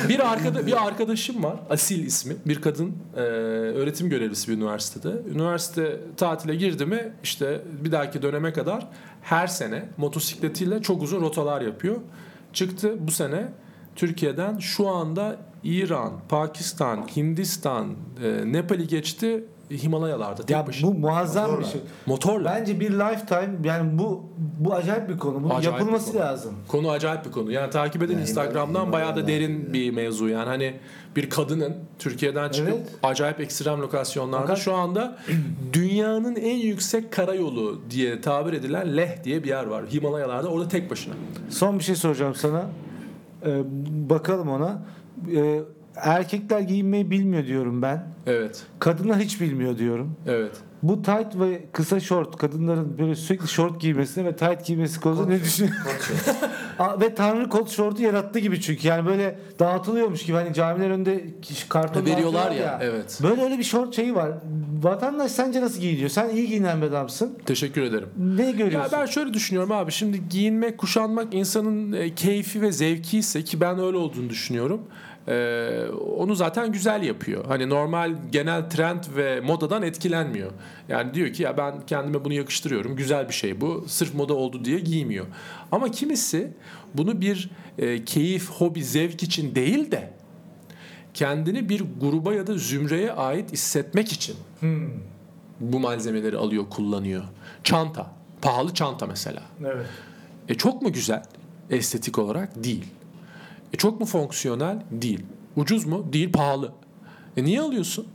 [SPEAKER 2] bir arkada bir arkadaşım var. Asil ismi. Bir kadın e, öğretim görevlisi bir üniversitede. Üniversite tatile girdi mi işte bir dahaki döneme kadar her sene motosikletiyle çok uzun rotalar yapıyor. Çıktı bu sene Türkiye'den şu anda İran, Pakistan, Hindistan, e, Nepal'i geçti Himalayalarda tek
[SPEAKER 3] Ya
[SPEAKER 2] başına.
[SPEAKER 3] bu muazzam bir
[SPEAKER 1] Motorla.
[SPEAKER 3] şey.
[SPEAKER 2] Motorla.
[SPEAKER 3] Bence bir lifetime yani bu bu acayip bir konu. Bunun
[SPEAKER 2] Acayip bir
[SPEAKER 3] yapılması
[SPEAKER 2] konu.
[SPEAKER 3] lazım.
[SPEAKER 2] Konu acayip bir konu. Yani takip edin
[SPEAKER 1] Yani
[SPEAKER 2] Instagram'dan
[SPEAKER 1] Himalaya-
[SPEAKER 2] bayağı da derin bir mevzu. Yani hani bir kadının Türkiye'den çıkıp
[SPEAKER 3] Evet.
[SPEAKER 2] acayip ekstrem lokasyonlarda
[SPEAKER 3] Fakat-
[SPEAKER 2] şu anda dünyanın en yüksek karayolu diye tabir edilen Leh diye bir yer var. Himalayalarda orada tek başına.
[SPEAKER 3] Son bir şey soracağım sana. Ee, bakalım ona. Ee, erkekler giyinmeyi bilmiyor diyorum ben.
[SPEAKER 2] Evet.
[SPEAKER 3] Kadınlar hiç bilmiyor diyorum.
[SPEAKER 2] Evet.
[SPEAKER 3] Bu tight ve kısa şort kadınların böyle sürekli şort giymesine ve tight giymesi konusunda ne düşünüyorsun? Aa, ve Tanrı kot şortu yarattı gibi çünkü. Yani böyle dağıtılıyormuş gibi hani camiler önünde kiş- karton
[SPEAKER 2] Veriyorlar
[SPEAKER 3] dağıtıyorlar
[SPEAKER 2] ya, evet.
[SPEAKER 3] Böyle öyle bir şort şeyi var. Vatandaş sence nasıl giyiniyor? Sen iyi giyinen bir adamsın.
[SPEAKER 2] Teşekkür ederim.
[SPEAKER 3] Ne
[SPEAKER 2] Ya
[SPEAKER 3] görüyorsun?
[SPEAKER 2] ben şöyle düşünüyorum abi şimdi giyinmek, kuşanmak insanın e, keyfi ve zevki ise ki ben öyle olduğunu düşünüyorum. e, onu zaten güzel yapıyor. Hani normal genel trend ve modadan etkilenmiyor. Yani diyor ki ya ben kendime bunu yakıştırıyorum. Güzel bir şey bu. Sırf moda oldu diye giymiyor. Ama kimisi bunu bir e, keyif, hobi, zevk için değil de kendini bir gruba ya da zümreye ait hissetmek için bu malzemeleri alıyor, kullanıyor. Çanta, pahalı çanta mesela.
[SPEAKER 3] Evet.
[SPEAKER 2] E çok mu güzel estetik olarak? Değil. E çok mu fonksiyonel? Değil. Ucuz mu? Değil, pahalı. E niye alıyorsun?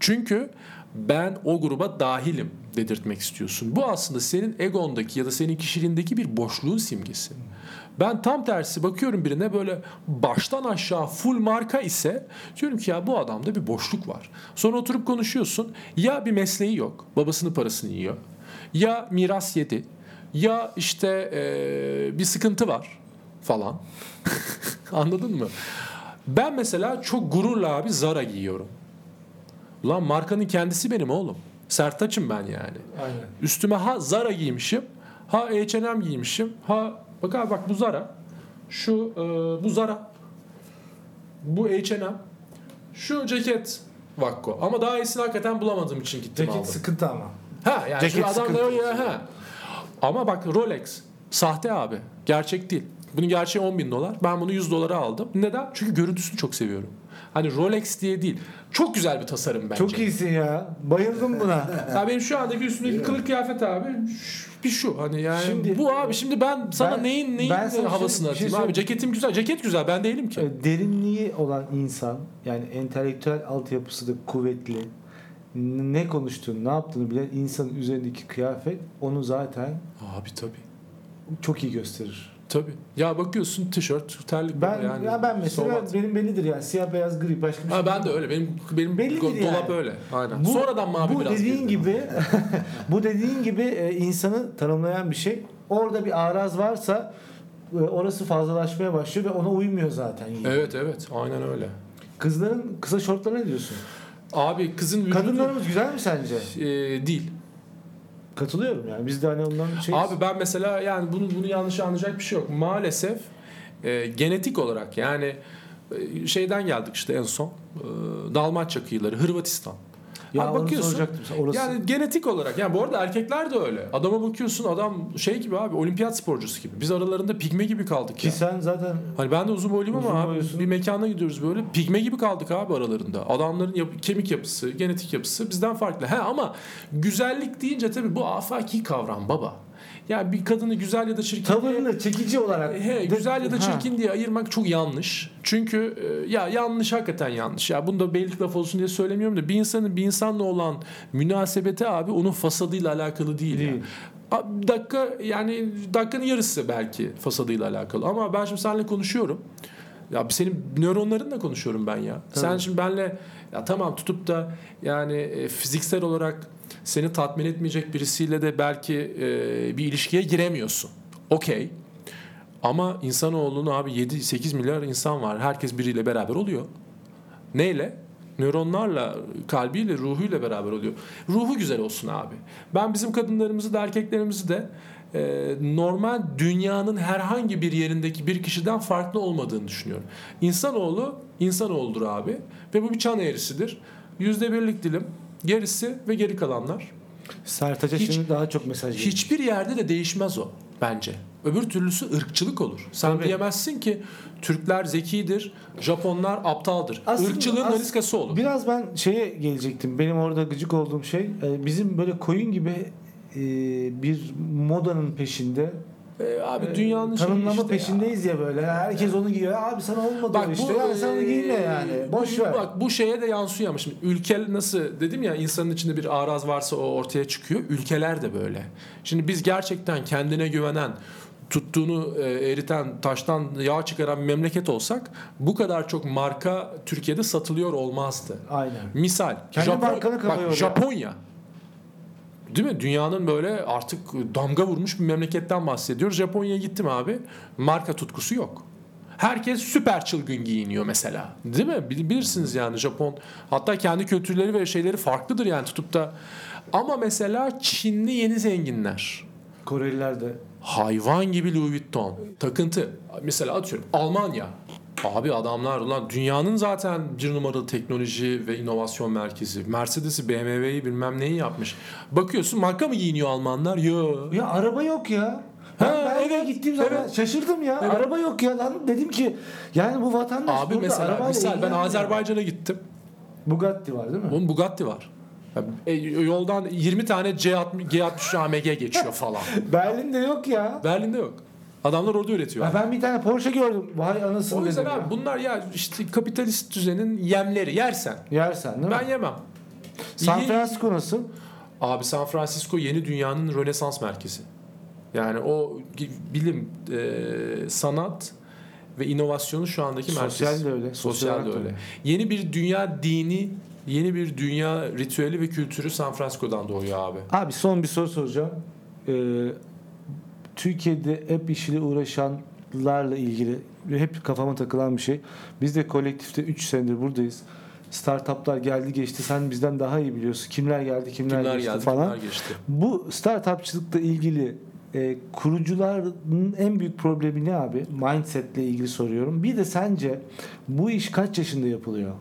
[SPEAKER 2] Çünkü ben o gruba dahilim dedirtmek istiyorsun. Bu aslında senin egondaki ya da senin kişiliğindeki bir boşluğun simgesi. Ben tam tersi bakıyorum birine böyle baştan aşağı full marka ise diyorum ki ya bu adamda bir boşluk var. Sonra oturup konuşuyorsun. Ya bir mesleği yok. Babasının parasını yiyor. Ya miras yedi. Ya işte eee, bir sıkıntı var falan. Anladın mı? Ben mesela çok gururla abi Zara giyiyorum. Ulan markanın kendisi benim oğlum. Sertaç'ım ben yani.
[SPEAKER 3] Aynen.
[SPEAKER 2] Üstüme ha Zara giymişim, ha H&M giymişim, ha bak abi bak bu Zara, şu e, bu Zara, bu H&M, şu ceket Vakko. Ama daha iyisini hakikaten bulamadığım için gittim
[SPEAKER 3] Ceket
[SPEAKER 2] aldım.
[SPEAKER 3] sıkıntı ama.
[SPEAKER 2] Ha yani
[SPEAKER 3] Ceket
[SPEAKER 2] şimdi adam
[SPEAKER 3] sıkıntı.
[SPEAKER 2] da ya ha. Ama bak Rolex sahte abi. Gerçek değil. Bunun gerçeği 10 bin dolar. Ben bunu 100 dolara aldım. Neden? Çünkü görüntüsünü çok seviyorum. Hani Rolex diye değil. Çok güzel bir tasarım bence.
[SPEAKER 3] Çok iyisin ya. Bayıldım buna.
[SPEAKER 2] Ya benim şu andaki üstümdeki kılık kıyafet abi şu- bir şu hani yani
[SPEAKER 3] Şimdi-
[SPEAKER 2] bu abi şimdi ben sana
[SPEAKER 3] Ben-
[SPEAKER 2] neyin neyin
[SPEAKER 3] ben sana
[SPEAKER 2] havasını
[SPEAKER 3] şöyle bir şey
[SPEAKER 2] atayım abi
[SPEAKER 3] söyleyeyim.
[SPEAKER 2] ceketim güzel ceket güzel ben değilim ki.
[SPEAKER 3] E, Derinliği olan insan yani entelektüel altyapısı da kuvvetli. n- Ne konuştuğunu, ne yaptığını bilen insanın üzerindeki kıyafet onu zaten
[SPEAKER 2] Abi tabii.
[SPEAKER 3] çok iyi gösterir.
[SPEAKER 2] Tabii. Ya bakıyorsun tişört, terlik
[SPEAKER 3] Ben
[SPEAKER 2] yani.
[SPEAKER 3] ya ben mesela
[SPEAKER 2] soğumat.
[SPEAKER 3] benim bellidir yani siyah beyaz gri başka bir şey.
[SPEAKER 2] Ha
[SPEAKER 3] değil.
[SPEAKER 2] ben de öyle. Benim benim
[SPEAKER 3] Bellidir
[SPEAKER 2] dolap
[SPEAKER 3] yani.
[SPEAKER 2] öyle. Aynen.
[SPEAKER 3] Bu,
[SPEAKER 2] Sonradan mavi
[SPEAKER 3] bu
[SPEAKER 2] biraz
[SPEAKER 3] dediğin
[SPEAKER 2] girdi.
[SPEAKER 3] gibi bu dediğin gibi e, insanı tanımlayan bir şey. Orada bir araz varsa e, orası fazlalaşmaya başlıyor ve ona uymuyor zaten. yine.
[SPEAKER 2] Evet evet. Aynen öyle.
[SPEAKER 3] Kızların kısa şortlarına ne diyorsun?
[SPEAKER 2] Abi kızın vücudu
[SPEAKER 3] Kadınlarımız güzel mi sence?
[SPEAKER 2] e, değil.
[SPEAKER 3] Katılıyorum yani. Biz de hani onların şey
[SPEAKER 2] Abi ben mesela yani bunu bunu yanlış anlayacak bir şey yok. Maalesef e, genetik olarak yani e, şeyden geldik işte en son. E, Dalmaçya kıyıları, Hırvatistan.
[SPEAKER 3] ya
[SPEAKER 2] Abi
[SPEAKER 3] onu soracaktım. Orası
[SPEAKER 2] yani genetik olarak yani bu arada erkekler de öyle. Adama bakıyorsun adam şey gibi abi olimpiyat sporcusu gibi. Biz aralarında pigme gibi kaldık
[SPEAKER 3] ki
[SPEAKER 2] ya.
[SPEAKER 3] sen zaten
[SPEAKER 2] Hani ben de uzun boyluyum
[SPEAKER 3] Uzun
[SPEAKER 2] ama abi
[SPEAKER 3] boylusun.
[SPEAKER 2] bir mekana gidiyoruz böyle pigme gibi kaldık abi aralarında. Adamların yap- kemik yapısı, genetik yapısı bizden farklı. He ama güzellik deyince tabii bu afaki kavram baba. Yani bir kadını güzel ya da çirkin diye-
[SPEAKER 3] tavırını çekici olarak
[SPEAKER 2] He,
[SPEAKER 3] de-
[SPEAKER 2] güzel ya da
[SPEAKER 3] Ha.
[SPEAKER 2] çirkin diye ayırmak çok yanlış. Çünkü e, ya yanlış hakikaten yanlış. Ya bunu da beylik laf olsun diye söylemiyorum da bir insanın bir insanla olan münasebeti abi onun fasadıyla alakalı değil. ya.
[SPEAKER 3] Değil.
[SPEAKER 2] A- Dakika yani dakikanın yarısı belki fasadıyla alakalı. Ama ben şimdi seninle konuşuyorum. Ya senin nöronlarınla konuşuyorum ben ya. Sen şimdi benle ya tamam tutup da yani e, fiziksel olarak seni tatmin etmeyecek birisiyle de belki e, bir ilişkiye giremiyorsun. Okey. Ama insanoğlunun abi 7-8 milyar insan var. Herkes biriyle beraber oluyor. Neyle? Nöronlarla, kalbiyle, ruhuyla beraber oluyor. Ruhu güzel olsun abi. Ben bizim kadınlarımızı da erkeklerimizi de e, normal dünyanın herhangi bir yerindeki bir kişiden farklı olmadığını düşünüyorum. İnsanoğlu insanoğludur abi. Ve bu bir çan eğrisidir. Yüzde birlik dilim. Gerisi ve geri kalanlar.
[SPEAKER 3] Sertaç'a
[SPEAKER 2] Hiç-
[SPEAKER 3] şimdi daha çok mesaj geliyor.
[SPEAKER 2] Hiçbir yerde de değişmez o bence. Öbür türlüsü ırkçılık olur. Sen
[SPEAKER 3] Tabii.
[SPEAKER 2] diyemezsin ki Türkler zekidir, Japonlar aptaldır.
[SPEAKER 3] Aslında-
[SPEAKER 2] Irkçılığın
[SPEAKER 3] as-
[SPEAKER 2] naniskası olur.
[SPEAKER 3] Biraz ben şeye gelecektim. Benim orada gıcık olduğum şey e, bizim böyle koyun gibi e, bir modanın peşinde
[SPEAKER 2] E, abi
[SPEAKER 3] e,
[SPEAKER 2] dünyanın şeyi
[SPEAKER 3] tanımlama
[SPEAKER 2] işte ya.
[SPEAKER 3] peşindeyiz ya. böyle. Herkes onu giyiyor. Abi sana olmadı o işte. ya, sen onu giyme yani.
[SPEAKER 2] e,
[SPEAKER 3] Boş
[SPEAKER 2] bu-
[SPEAKER 3] ver.
[SPEAKER 2] Bak bu şeye de yansıyor ama şimdi ülke nasıl dedim ya insanın içinde bir araz varsa o ortaya çıkıyor. Ülkeler de böyle. Şimdi biz gerçekten kendine güvenen tuttuğunu e, eriten, taştan yağ çıkaran bir memleket olsak bu kadar çok marka Türkiye'de satılıyor olmazdı.
[SPEAKER 3] Aynen.
[SPEAKER 2] Misal
[SPEAKER 3] Kendi markanı
[SPEAKER 2] bak,
[SPEAKER 3] kapıyor ya.
[SPEAKER 2] Japonya. Değil mi? Dünyanın böyle artık damga vurmuş bir memleketten bahsediyoruz. Japonya'ya gittim abi. Marka tutkusu yok. Herkes süper çılgın giyiniyor mesela. Değil mi? Bil- Bilirsiniz yani Japon. Hatta kendi kültürleri ve şeyleri farklıdır yani tutup da. Ama mesela Çinli yeni zenginler.
[SPEAKER 3] Koreliler de.
[SPEAKER 2] Hayvan gibi Louis Vuitton. Takıntı. Mesela atıyorum Almanya. Abi adamlar ulan dünyanın zaten bir numaralı teknoloji ve inovasyon merkezi. Mercedes'i, BMW'yi bilmem neyi yapmış. Bakıyorsun marka mı giyiniyor Almanlar? Yo.
[SPEAKER 3] Ya araba yok ya. Ben,
[SPEAKER 2] Ha,
[SPEAKER 3] ben
[SPEAKER 2] evet,
[SPEAKER 3] gittiğim zaman
[SPEAKER 2] evet.
[SPEAKER 3] şaşırdım ya.
[SPEAKER 2] Evet.
[SPEAKER 3] Araba yok ya lan. Dedim ki yani bu vatandaş
[SPEAKER 2] Abi
[SPEAKER 3] burada
[SPEAKER 2] mesela
[SPEAKER 3] arabayla
[SPEAKER 2] misal ben
[SPEAKER 3] ilgilenmiyor.
[SPEAKER 2] Azerbaycan'a gittim.
[SPEAKER 3] Bugatti var değil mi?
[SPEAKER 2] Bunun Bugatti var. E, yoldan 20 tane C60, G63 AMG geçiyor falan.
[SPEAKER 3] Berlin'de yok ya.
[SPEAKER 2] Berlin'de yok. Adamlar orada üretiyor.
[SPEAKER 3] Ya ben bir tane Porsche gördüm. Vay anasını
[SPEAKER 2] O yüzden
[SPEAKER 3] dedim
[SPEAKER 2] abi bunlar ya işte kapitalist düzenin yemleri. Yersen.
[SPEAKER 3] ya. Yersen değil mi?
[SPEAKER 2] Ben yemem.
[SPEAKER 3] San
[SPEAKER 2] Ye-
[SPEAKER 3] Francisco nasıl?
[SPEAKER 2] Abi San Francisco yeni dünyanın Rönesans merkezi. Yani o gi- bilim, e, sanat ve inovasyonun şu andaki merkezi.
[SPEAKER 3] Sosyal de öyle, sosyal
[SPEAKER 2] Sosyal de
[SPEAKER 3] olarak da
[SPEAKER 2] öyle.
[SPEAKER 3] öyle.
[SPEAKER 2] Yeni bir dünya dini, yeni bir dünya ritüeli ve kültürü San Francisco'dan doğuyor abi.
[SPEAKER 3] Abi son bir soru soracağım. Ee, Türkiye'de app işiyle uğraşanlarla ilgili hep kafama takılan bir şey. Biz de kolektifte 3 senedir buradayız. Startuplar geldi geçti. Sen bizden daha iyi biliyorsun. Kimler geldi, kimler,
[SPEAKER 2] Kimler
[SPEAKER 3] geçti
[SPEAKER 2] geldi,
[SPEAKER 3] falan.
[SPEAKER 2] kimler geçti.
[SPEAKER 3] Bu startupçılıkla ilgili e, kurucuların en büyük problemi ne abi? Mindsetle ilgili soruyorum. Bir de sence bu iş kaç yaşında yapılıyor?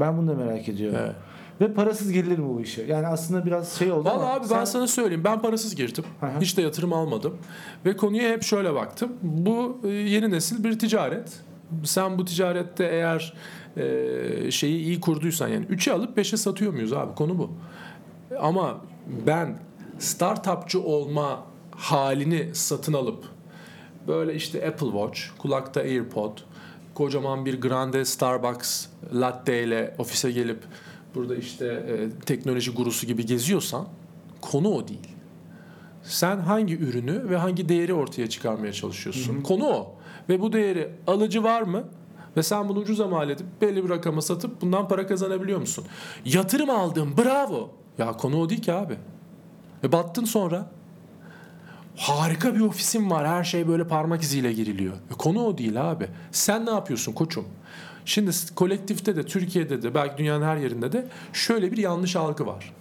[SPEAKER 3] Ben bunu da merak ediyorum.
[SPEAKER 2] Evet.
[SPEAKER 3] Ve parasız gelir mi bu işe? Yani aslında biraz şey oldu ama
[SPEAKER 2] Vallahi abi ben
[SPEAKER 3] sen-
[SPEAKER 2] sana söyleyeyim. Ben parasız girdim.
[SPEAKER 3] Hı hı.
[SPEAKER 2] Hiç de yatırım almadım. Ve konuya hep şöyle baktım. Bu e, yeni nesil bir ticaret. Sen bu ticarette eğer e, şeyi iyi kurduysan yani 3'e alıp 5'e satıyor muyuz abi? Konu bu. Ama ben startupçı olma halini satın alıp böyle işte Apple Watch, kulakta AirPod, kocaman bir grande Starbucks latte ile ofise gelip burada işte e, teknoloji gurusu gibi geziyorsan konu o değil. Sen hangi ürünü ve hangi değeri ortaya çıkarmaya çalışıyorsun? Konu o. Ve bu değeri alıcı var mı? Ve sen bunu ucuza mal edip belli bir rakama satıp bundan para kazanabiliyor musun? Yatırım aldım bravo. Ya konu o değil ki abi. E battın sonra. Harika bir ofisim var. Her şey böyle parmak iziyle giriliyor. E konu o değil abi. Sen ne yapıyorsun koçum? Şimdi s- kolektifte de Türkiye'de de belki dünyanın her yerinde de şöyle bir yanlış algı var.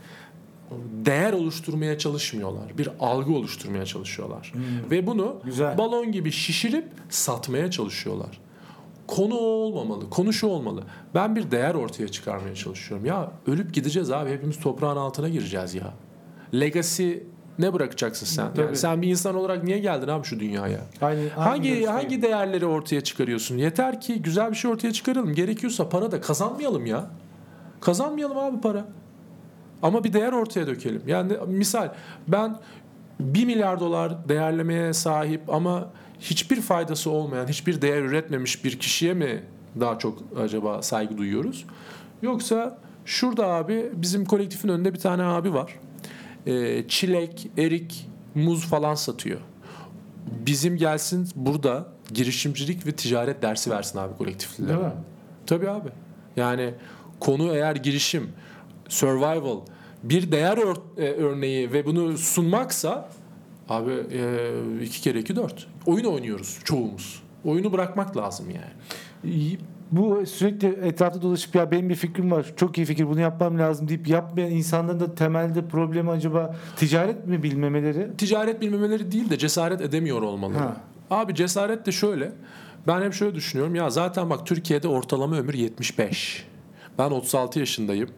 [SPEAKER 2] değer oluşturmaya çalışmıyorlar. Bir algı oluşturmaya çalışıyorlar. Ve bunu
[SPEAKER 3] Güzel.
[SPEAKER 2] balon gibi şişirip satmaya çalışıyorlar. Konu o olmamalı, konu şu olmalı. Ben bir değer ortaya çıkarmaya çalışıyorum. Ya ölüp gideceğiz abi hepimiz toprağın altına gireceğiz ya. Legacy ne bırakacaksın sen? Yani
[SPEAKER 3] Tabii.
[SPEAKER 2] sen bir insan olarak niye geldin abi şu dünyaya?
[SPEAKER 3] Aynı, aynı
[SPEAKER 2] Hangi
[SPEAKER 3] görüşteyim.
[SPEAKER 2] hangi değerleri ortaya çıkarıyorsun? Yeter ki güzel bir şey ortaya çıkaralım. Gerekiyorsa para da kazanmayalım ya. Kazanmayalım abi para. Ama bir değer ortaya dökelim. Yani misal ben 1 milyar dolar değerlemeye sahip ama hiçbir faydası olmayan, hiçbir değer üretmemiş bir kişiye mi daha çok acaba saygı duyuyoruz? Yoksa şurada abi bizim kolektifin önünde bir tane abi var. Ee, çilek, erik, muz falan satıyor. Bizim gelsin burada girişimcilik ve ticaret dersi versin abi kolektiflilere.
[SPEAKER 3] Değil mi?
[SPEAKER 2] Tabii abi. Yani konu eğer girişim, survival, bir değer ör- e, örneği ve bunu sunmaksa abi e, iki kere iki dört. Oyun oynuyoruz çoğumuz. Oyunu bırakmak lazım yani.
[SPEAKER 3] bu sürekli etrafta dolaşıp ya benim bir fikrim var çok iyi fikir bunu yapmam lazım deyip yapmayan insanların da temelde problemi acaba ticaret mi bilmemeleri?
[SPEAKER 2] Ticaret bilmemeleri değil de cesaret edemiyor olmaları.
[SPEAKER 3] Ha.
[SPEAKER 2] Abi cesaret de şöyle. Ben hep şöyle düşünüyorum. Ya zaten bak Türkiye'de ortalama ömür 75. Ben 36 yaşındayım.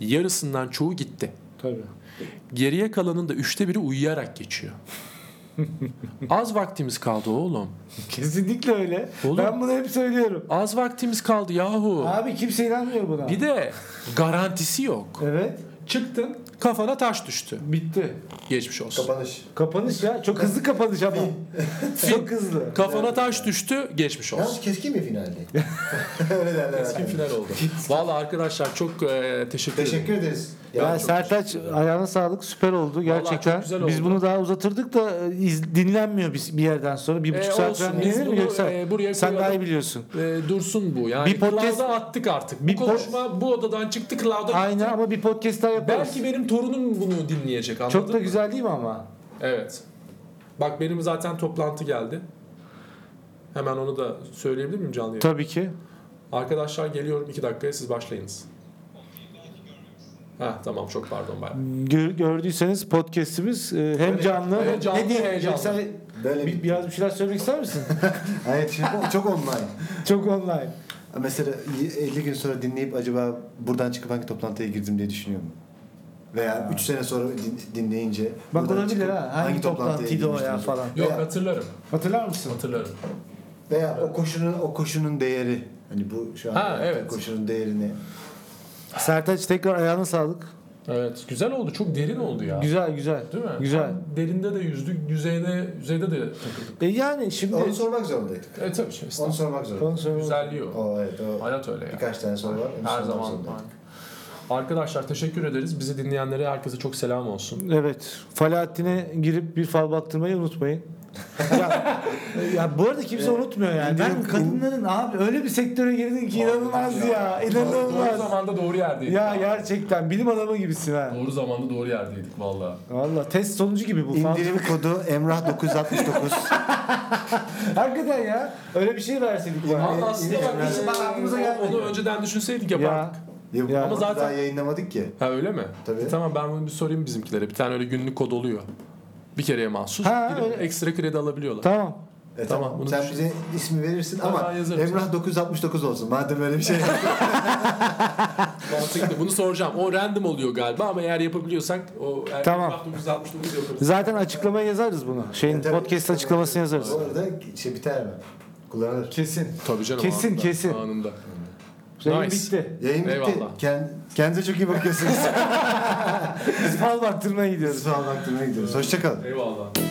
[SPEAKER 2] Yarısından çoğu gitti.
[SPEAKER 3] Tabii.
[SPEAKER 2] Geriye kalanın da üçte biri uyuyarak geçiyor. Az vaktimiz kaldı oğlum.
[SPEAKER 3] Kesinlikle öyle.
[SPEAKER 2] Oğlum.
[SPEAKER 3] Ben bunu hep söylüyorum.
[SPEAKER 2] Az vaktimiz kaldı yahu.
[SPEAKER 3] Abi kimse inanmıyor buna.
[SPEAKER 2] Bir de garantisi yok.
[SPEAKER 3] Evet.
[SPEAKER 2] Çıktın kafana taş düştü.
[SPEAKER 3] Bitti.
[SPEAKER 2] Geçmiş olsun.
[SPEAKER 1] Kapanış.
[SPEAKER 3] Kapanış ya. Çok hızlı kapanış ama. Çok hızlı.
[SPEAKER 2] Kafana taş düştü geçmiş olsun.
[SPEAKER 1] Yalnız keskin bir finaldi. Öyle derler. herhalde.
[SPEAKER 2] Final oldu. Vallahi arkadaşlar çok e, teşekkür ederim.
[SPEAKER 1] Teşekkür ederiz.
[SPEAKER 3] Ya
[SPEAKER 1] Yani çok-
[SPEAKER 3] Sertaç ayağına sağlık süper oldu gerçekten.
[SPEAKER 2] çok güzel
[SPEAKER 3] Biz
[SPEAKER 2] oldu.
[SPEAKER 3] bunu daha uzatırdık da e, iz- dinlenmiyor biz bir yerden sonra. Bir
[SPEAKER 2] E,
[SPEAKER 3] buçuk saat
[SPEAKER 2] olsun.
[SPEAKER 3] falan
[SPEAKER 2] Biz
[SPEAKER 3] dinlenir mi
[SPEAKER 2] bunu,
[SPEAKER 3] Göksel?
[SPEAKER 2] e, buraya
[SPEAKER 3] Sen daha iyi
[SPEAKER 2] koyalım.
[SPEAKER 3] biliyorsun.
[SPEAKER 2] E, dursun bu yani.
[SPEAKER 3] Bir
[SPEAKER 2] Bir
[SPEAKER 3] podcast-
[SPEAKER 2] Cloud'a attık artık.
[SPEAKER 3] Bir
[SPEAKER 2] Bu
[SPEAKER 3] pod-
[SPEAKER 2] konuşma bu odadan çıktı cloud'a
[SPEAKER 3] Aynen ama bir podcast daha yaparız.
[SPEAKER 2] Belki benim torunum bunu dinleyecek anladın
[SPEAKER 3] Çok da
[SPEAKER 2] mı?
[SPEAKER 3] güzel değil mi ama?
[SPEAKER 2] Evet. Bak benim zaten toplantı geldi. Hemen onu da söyleyebilir miyim canlı yayında?
[SPEAKER 3] Tabii ki.
[SPEAKER 2] Arkadaşlar geliyorum 2 dakikaya siz başlayınız. Ha tamam çok pardon bay.
[SPEAKER 3] Gör- gördüyseniz podcast'imiz e, hem canlı
[SPEAKER 2] hem canlı,
[SPEAKER 3] ne diyeyim
[SPEAKER 2] hem canlı.
[SPEAKER 3] Göksel,
[SPEAKER 1] Böyle
[SPEAKER 3] bir-
[SPEAKER 1] bir...
[SPEAKER 3] biraz bir şeyler söylemek ister misin?
[SPEAKER 1] Hayır şimdi çok online.
[SPEAKER 3] Çok online.
[SPEAKER 1] Mesela 50 gün sonra dinleyip acaba buradan çıkıp hangi toplantıya girdim diye düşünüyor mu? Veya 3 sene sonra din- dinleyince
[SPEAKER 3] Bak
[SPEAKER 1] buradan
[SPEAKER 3] olabilir
[SPEAKER 1] çıkıp
[SPEAKER 3] ha. Hangi, toplantıydı o
[SPEAKER 1] girmiştim
[SPEAKER 3] ya
[SPEAKER 1] diye.
[SPEAKER 3] falan.
[SPEAKER 2] Yok
[SPEAKER 1] Veya-
[SPEAKER 2] hatırlarım.
[SPEAKER 3] Hatırlar mısın?
[SPEAKER 2] Hatırlarım.
[SPEAKER 1] Veya o koşunun o koşunun değeri. Hani bu şu an
[SPEAKER 2] Ha, evet.
[SPEAKER 1] koşunun değerini.
[SPEAKER 3] Sertaç tekrar ayağına sağlık.
[SPEAKER 2] Evet güzel oldu. Çok derin oldu ya.
[SPEAKER 3] Güzel güzel.
[SPEAKER 2] Değil mi?
[SPEAKER 3] Güzel.
[SPEAKER 2] Hem derinde de yüzdük, yüzeyde yüzeyde de takıldık.
[SPEAKER 3] E yani şimdi
[SPEAKER 1] Onu sormak zorundaydık.
[SPEAKER 2] E tabii şey.
[SPEAKER 1] Onu sormak zorundaydık.
[SPEAKER 3] Onu söyle-
[SPEAKER 2] Güzelliği o.
[SPEAKER 1] O evet o.
[SPEAKER 2] Hayat öyle ya.
[SPEAKER 1] Birkaç tane soru var. onu
[SPEAKER 2] Her
[SPEAKER 1] sormak
[SPEAKER 2] zaman.
[SPEAKER 1] zorundaydık.
[SPEAKER 2] Arkadaşlar teşekkür ederiz. Bizi dinleyenlere herkese çok selam olsun.
[SPEAKER 3] Evet. Falahattin'e girip bir fal baktırmayı unutmayın. ya, ya bu arada kimse unutmuyor yani. Ben kadınların abi öyle bir sektöre girdin ki inanılmaz ya.
[SPEAKER 2] Doğru
[SPEAKER 3] İnanılmaz.
[SPEAKER 2] zamanda doğru yerdeydik.
[SPEAKER 3] Ya gerçekten bilim adamı gibisin ha.
[SPEAKER 2] Doğru zamanda doğru yerdeydik valla.
[SPEAKER 3] Valla test sonucu gibi bu. fal.
[SPEAKER 1] İndirim kodu Emrah 969.
[SPEAKER 3] Hakikaten ya. Öyle bir şey verseydik bana.
[SPEAKER 2] Ama aslında bak
[SPEAKER 1] Yani-
[SPEAKER 2] biz-
[SPEAKER 3] Bak aklımıza gelmedi.
[SPEAKER 2] Hani Onu önceden düşünseydik
[SPEAKER 3] Ya.
[SPEAKER 2] yapardık.
[SPEAKER 1] Yok,
[SPEAKER 3] Ya.
[SPEAKER 1] Ama
[SPEAKER 2] Ama
[SPEAKER 1] zaten daha
[SPEAKER 2] zaten-
[SPEAKER 1] yayınlamadık ki.
[SPEAKER 2] Ha öyle mi?
[SPEAKER 1] Tabii.
[SPEAKER 2] E, tamam ben bunu bir sorayım bizimkilere. Bir tane öyle günlük kod oluyor. Bir kereye mahsus.
[SPEAKER 3] Ha,
[SPEAKER 2] Gidip
[SPEAKER 3] öyle.
[SPEAKER 2] ekstra kredi alabiliyorlar.
[SPEAKER 3] Tamam.
[SPEAKER 1] E,
[SPEAKER 2] Tamam,
[SPEAKER 1] tamam.
[SPEAKER 2] bunu
[SPEAKER 1] Sen
[SPEAKER 2] düşün.
[SPEAKER 1] bize ismi verirsin
[SPEAKER 2] Tamam,
[SPEAKER 1] ama
[SPEAKER 2] yazarım.
[SPEAKER 1] Emrah 969 olsun. Madem öyle bir şey.
[SPEAKER 2] Mantıklı. Bunu soracağım. O random oluyor galiba ama eğer yapabiliyorsak o er- eğer
[SPEAKER 3] Tamam.
[SPEAKER 2] 1969 yaparız.
[SPEAKER 3] Zaten açıklamaya yazarız bunu. Şeyin
[SPEAKER 1] E, tabii.
[SPEAKER 3] podcast açıklamasını yazarız.
[SPEAKER 1] Bu arada şey biter mi? Kullanılır.
[SPEAKER 3] Kesin.
[SPEAKER 2] Tabii canım.
[SPEAKER 3] Kesin,
[SPEAKER 2] anında,
[SPEAKER 3] kesin.
[SPEAKER 2] Anında.
[SPEAKER 3] Şey
[SPEAKER 2] Nice.
[SPEAKER 3] bitti.
[SPEAKER 1] Yayın bitti.
[SPEAKER 2] Eyvallah.
[SPEAKER 1] Kend, kendinize çok iyi bakıyorsunuz.
[SPEAKER 3] Biz fal baktırmaya gidiyoruz.
[SPEAKER 1] Sağ olun. Aklına gidiyoruz. Hoşçakalın.
[SPEAKER 2] Eyvallah.